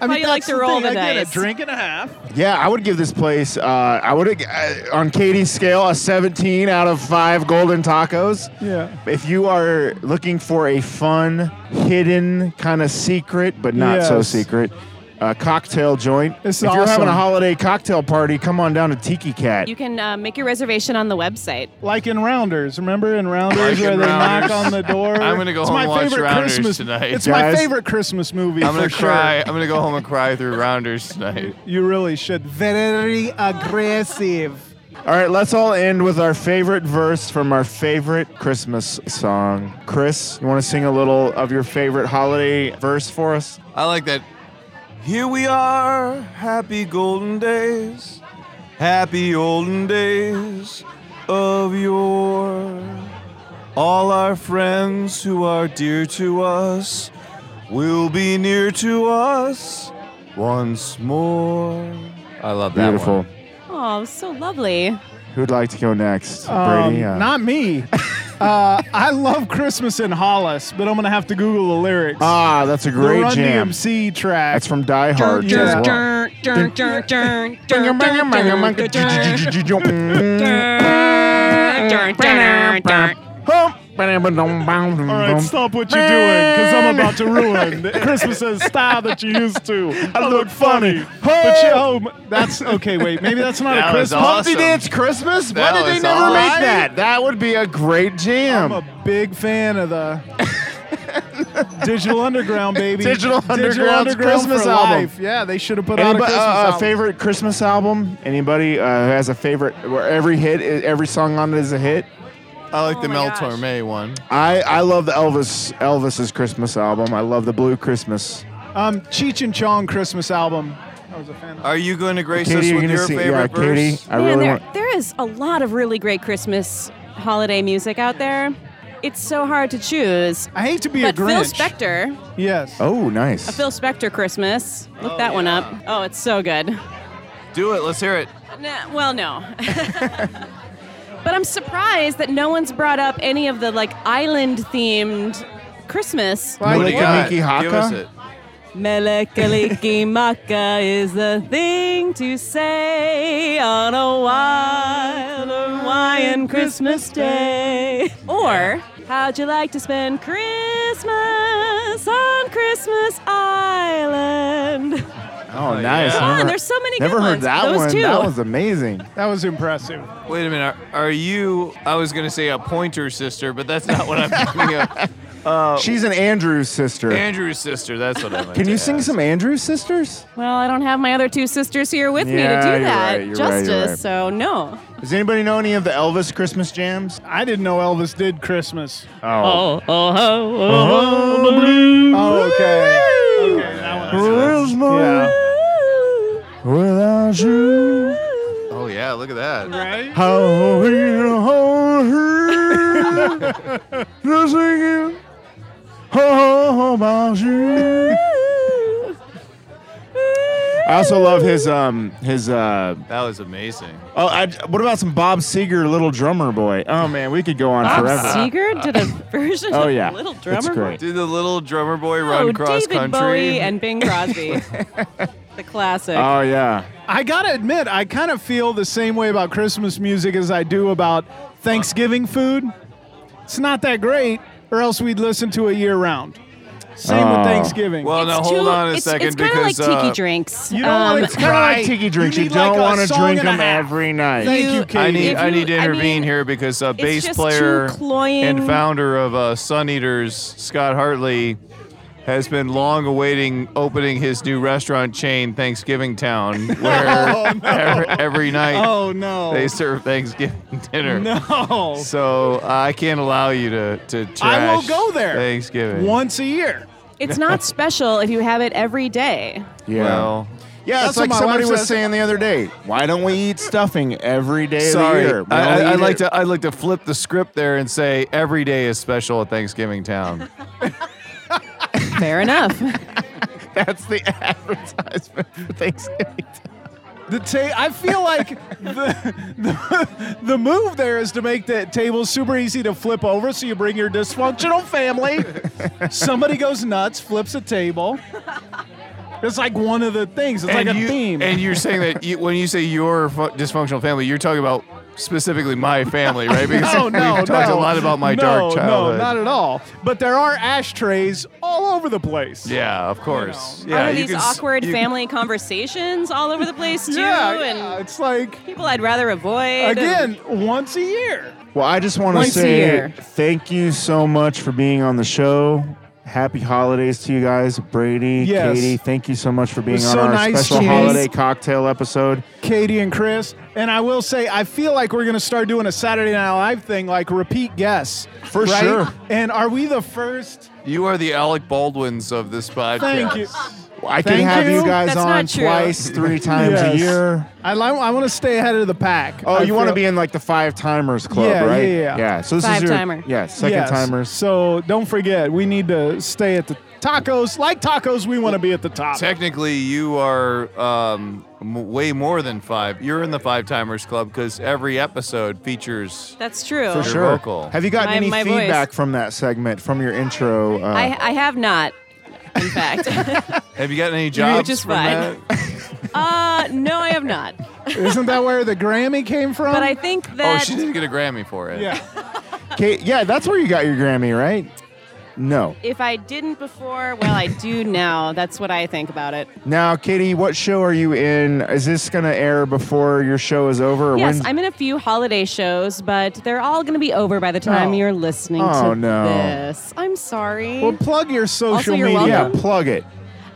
I
How you like
that's
to roll
thing.
the
I get
dice.
A drink and a half.
Yeah, I would give this place. Uh, I would uh, on Katie's scale a 17 out of five golden tacos.
Yeah.
If you are looking for a fun, hidden kind of secret, but not so
Yes.
secret, a cocktail joint.
This is
if you're having a
awesome.
holiday cocktail party, come on down to Tiki Cat.
You can uh, make your reservation on the website.
Like in Rounders, remember in Rounders
Like in
where they
Rounders.
knock on the door.
I'm gonna go
it's
home
my
and watch
favorite
Rounders
Christmas.
tonight.
It's my
Guys.
favorite Christmas movie
I'm gonna
for
cry. I'm gonna go home and cry through rounders tonight.
sure. You really should. Very aggressive.
All right, let's all end with our favorite verse from our favorite Christmas song. Chris, you want to sing a little of your favorite holiday verse for us?
I like that. Here we are, happy golden days, happy olden days of yore. All our friends who are dear to us will be near to us once more. I love that
Beautiful.
one.
Oh, so lovely.
Who'd like to go next?
Um,
Brady? Uh,
Not me. uh, I love Christmas in Hollis, but I'm gonna have to Google the lyrics.
ah, that's a
the
great
Run
jam.
DMC track.
That's from Die Hard. as well.
All right, stop what you're doing, because I'm about to ruin the Christmas style that you used to. I look funny. But you, oh, m- that's okay. Wait, maybe that's not a
That was
Christmas.
Humpty
Awesome.
Dance Christmas?
That
Why did they
was
never make
awesome.
that? That would be a great
I'm
jam.
a big fan of the Digital Underground, baby.
Digital Underground's Christmas
for
album.
life. Yeah, they should have put
Anybody,
out a Christmas
uh, uh,
album.
favorite Christmas album? Anybody uh, who has a favorite where every hit, every song on it is a hit?
I like
Oh
the
my
Mel
gosh.
Torme one.
I, I love the Elvis Elvis's Christmas album. I love the Blue Christmas.
um, Cheech and Chong Christmas album. I was a fan. Of.
Are you going to grace
Katie,
us
you're
with
gonna
your
see. Yeah,
favorite
Katie,
verse?
I
Man,
really
there,
want.
there is a lot of really great Christmas holiday music out there. It's so hard to choose.
I hate to be
But
a Grinch.
Phil Spector,
Yes.
Oh, nice.
a Phil Spector Christmas. Look that one up. Oh, it's so good.
Do it. Let's hear it.
Nah, well, no. but I'm surprised that no one's brought up any of the like island themed Christmas.
Like
What do you got?
Mickey Haka?
Give us it.
Melekaliki maka is the thing to say on a wild Hawaiian Christmas day. Or, how'd you like to spend Christmas on Christmas Island?
oh, nice.
yeah.
Never-
Man, there's so many
Never
good
heard
ones.
that
Those
one.
two.
That was amazing.
That was impressive.
Wait a minute. Are, are you? I was gonna say a pointer sister, but that's not what I'm thinking of.
She's an Andrews sister.
Andrew's sister. That's what I meant.
Can
to
you sing
ask.
some Andrews sisters?
well, I don't have my other two sisters here with me
Yeah,
to
you're
do that
right, you're right, you're
justice,
right.
so no.
Does anybody know any of the Elvis Christmas jams?
I didn't know Elvis did Christmas.
Oh.
oh, oh,
Uh-huh.
Oh, okay. okay that one.
Christmas without you.
Oh yeah, look at that.
Right?
How we hold her. Just thinking about you. I also love his um his uh
That was amazing.
oh I, what about some Bob Seger little drummer boy oh man we could go on forever
Seeger did a version
oh
of
yeah
Little Drummer
it's
Boy.
great
Did the little drummer boy
Oh,
run cross
David
country?
Bowie and Bing Crosby. the classic.
oh yeah
I gotta admit, I kind of feel the same way about Christmas music as I do about Thanksgiving food. It's not that great, or else we'd listen to it year round. Same
Oh.
with Thanksgiving.
well, now
It's
hold
too-
on a
it's,
second
it's kinda
because
like tiki
uh,
drinks. Um,
you don't wanna
it's kind of like tiki drinks you,
need
don't
like a
want to
song
drink
and a
them
half.
every night
Thank you,
You-
Katie.
I need
If
I
you-
need to
I mean,
intervene here because uh, bass
just too
player
cloying.
and founder of uh, Sun Eaters, Scott Hartley, has been long awaiting opening his new restaurant chain, Thanksgiving Town, where every, every night
oh no.
they serve Thanksgiving dinner.
no.
So uh, I can't allow you to to trash
I will go there
Thanksgiving.
once a year.
It's not special if you have it every day.
yeah
Well,
yeah
That's
it's
what
like
my
somebody
wife
was
says.
saying the other day why don't we eat stuffing every day
sorry,
of the year We
I,
only
I,
eat
I'd like
it-
to I'd like to flip the script there and say every day is special at Thanksgiving Town.
Fair enough.
that's the advertisement for Thanksgiving
The ta- I feel like the, the the move there is to make the table super easy to flip over, so you bring your dysfunctional family. Somebody goes nuts, flips a table. It's like one of the things. It's like a
you,
theme.
And you're saying that you, when you say your fu- dysfunctional family, you're talking about specifically my family, right? Because
no, no,
we've talked a
no.
lot about my
no,
dark childhood.
No, not at all. But there are ashtrays all over the place.
Yeah, of course.
know,
yeah,
Are
you
these
can s-
awkward
you-
family conversations all over the place too?
Yeah,
and
yeah, it's like
people I'd rather avoid.
again once a year.
Well, I just want to
Once a
say
year.
thank you so much for being on the show. Happy holidays to you guys, Brady,
Yes.
Katie. Thank you so much for being
was
on
so
our
nice
special
to you.
holiday cocktail episode.
Katie and Chris. And I will say, I feel like we're going to start doing a Saturday Night Live thing, like repeat guests.
For
right?
sure.
And are we the first?
You are the Alec Baldwins of this podcast.
Thank you.
I can
Thank
have you,
you.
guys
That's
on
not true.
twice, three times a
Yes.
year.
I, li- I want to stay ahead of the pack.
Oh,
I
you want to
feel-
be in like the five timers club,
Yeah,
right?
yeah, yeah.
So this is your
Five-timer.
yeah second
Yes.
timers.
So don't forget, we need to stay at the tacos. Like tacos, we want to be at the top.
Technically, you are um, m- way more than five. You're in the Five Timers Club because every episode features.
That's true.
For
Your
sure.
vocal.
Have you gotten
My-
any
my voice.
feedback from that segment, from your intro? Uh,
I, I have not, in fact.
Have you gotten any jobs
just
from
fine.
that?
uh, no, I have not.
Isn't that where the Grammy came from?
But I think
Oh,
that
she did get a Grammy for it.
yeah.
Kate, yeah, that's where you got your Grammy, right? No.
if I didn't before, well, I do now. That's what I think about it.
Now, Katie, what show are you in? Is this going to air before your show is over? Or
yes,
when-
I'm in a few holiday shows, but they're all going to be over by the time
Oh.
you're listening
Oh,
to
no.
this. I'm sorry.
Well, plug your social
Also, you're
media.
yeah,
welcome.
plug it.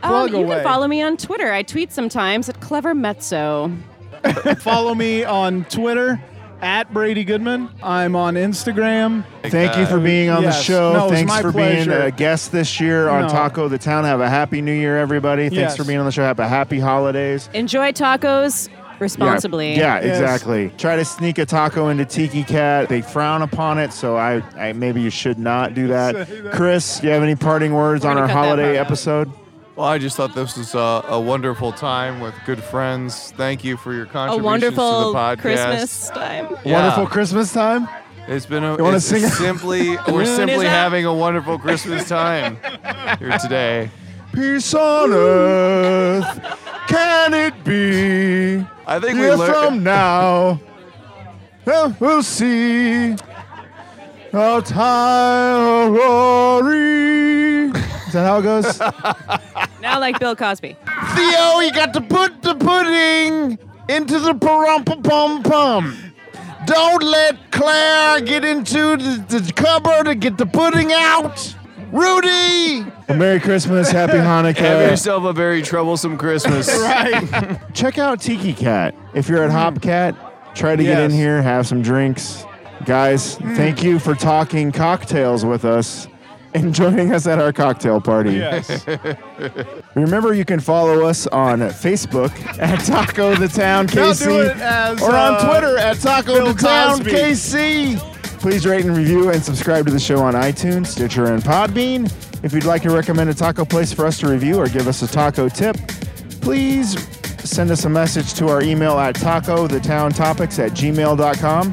um,
plug
you
away.
can follow me on Twitter. I tweet sometimes at Clever Mezzo.
Follow me on Twitter at Brady Goodman. I'm on Instagram.
Like
Thank you
that.
for being on the
Yes.
show.
No, it was
Thanks
my
for being
pleasure.
a guest this year on
No.
Taco the Town. Have a happy new year, everybody. Thanks
Yes.
for being on the show. Have a happy holidays.
Enjoy tacos
Yeah.
responsibly.
Yeah,
Yes.
exactly. Try to sneak a taco into Tiki Cat. They frown upon it, so I, I maybe you should not do that.
Say that.
Chris, you have any parting words
We're
on
gonna
our
cut that
holiday
part out.
episode?
Well, I just thought this was a, a wonderful time with good friends. Thank you for your
A
contributions to the
wonderful
podcast.
Christmas time.
Yeah.
Wonderful Christmas time.
It's been a,
You wanna
it's
sing?
simply we're
Moon is
simply
up.
having a wonderful Christmas time here today.
Peace on earth. Can it be?
I think we
Year
learned
from now, and we'll see a time of glory. Is that how it goes?
Now, like Bill Cosby.
Theo, you got to put the pudding into the parumpa pum pum. Don't let Claire get into the, the cupboard and get the pudding out. Rudy! Merry Christmas, Happy
Have
Hanukkah.
yourself a very troublesome Christmas.
Check out Tiki Cat. If you're at Hop Cat, try to get in
Yes.
here, have some drinks. Guys, thank you for talking cocktails with us and joining us at our cocktail party.
Yes.
Remember, you can follow us on Facebook at Taco the Town KC,
Now do it as,
or on
uh,
Twitter at Taco
Bill
the Town
Cosby.
KC. Please rate and review and subscribe to the show on iTunes, Stitcher, and Podbean. If you'd like to recommend a taco place for us to review or give us a taco tip, please send us a message to our email at taco the town topics at gmail.com.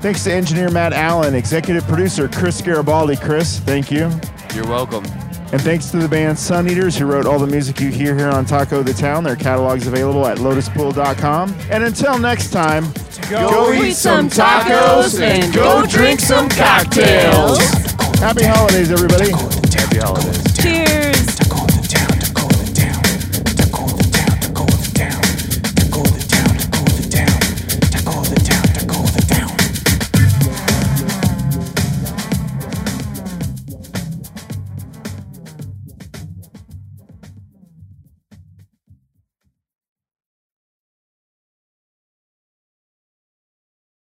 Thanks to engineer Matt Allen, executive producer Chris Garibaldi. Chris, thank you.
You're welcome.
And thanks to the band Sun Eaters, who wrote all the music you hear here on Taco the Town. Their catalog's available at lotuspool.com. And until next time,
Go
eat some tacos and go drink some cocktails.
Happy holidays, everybody.
Happy holidays.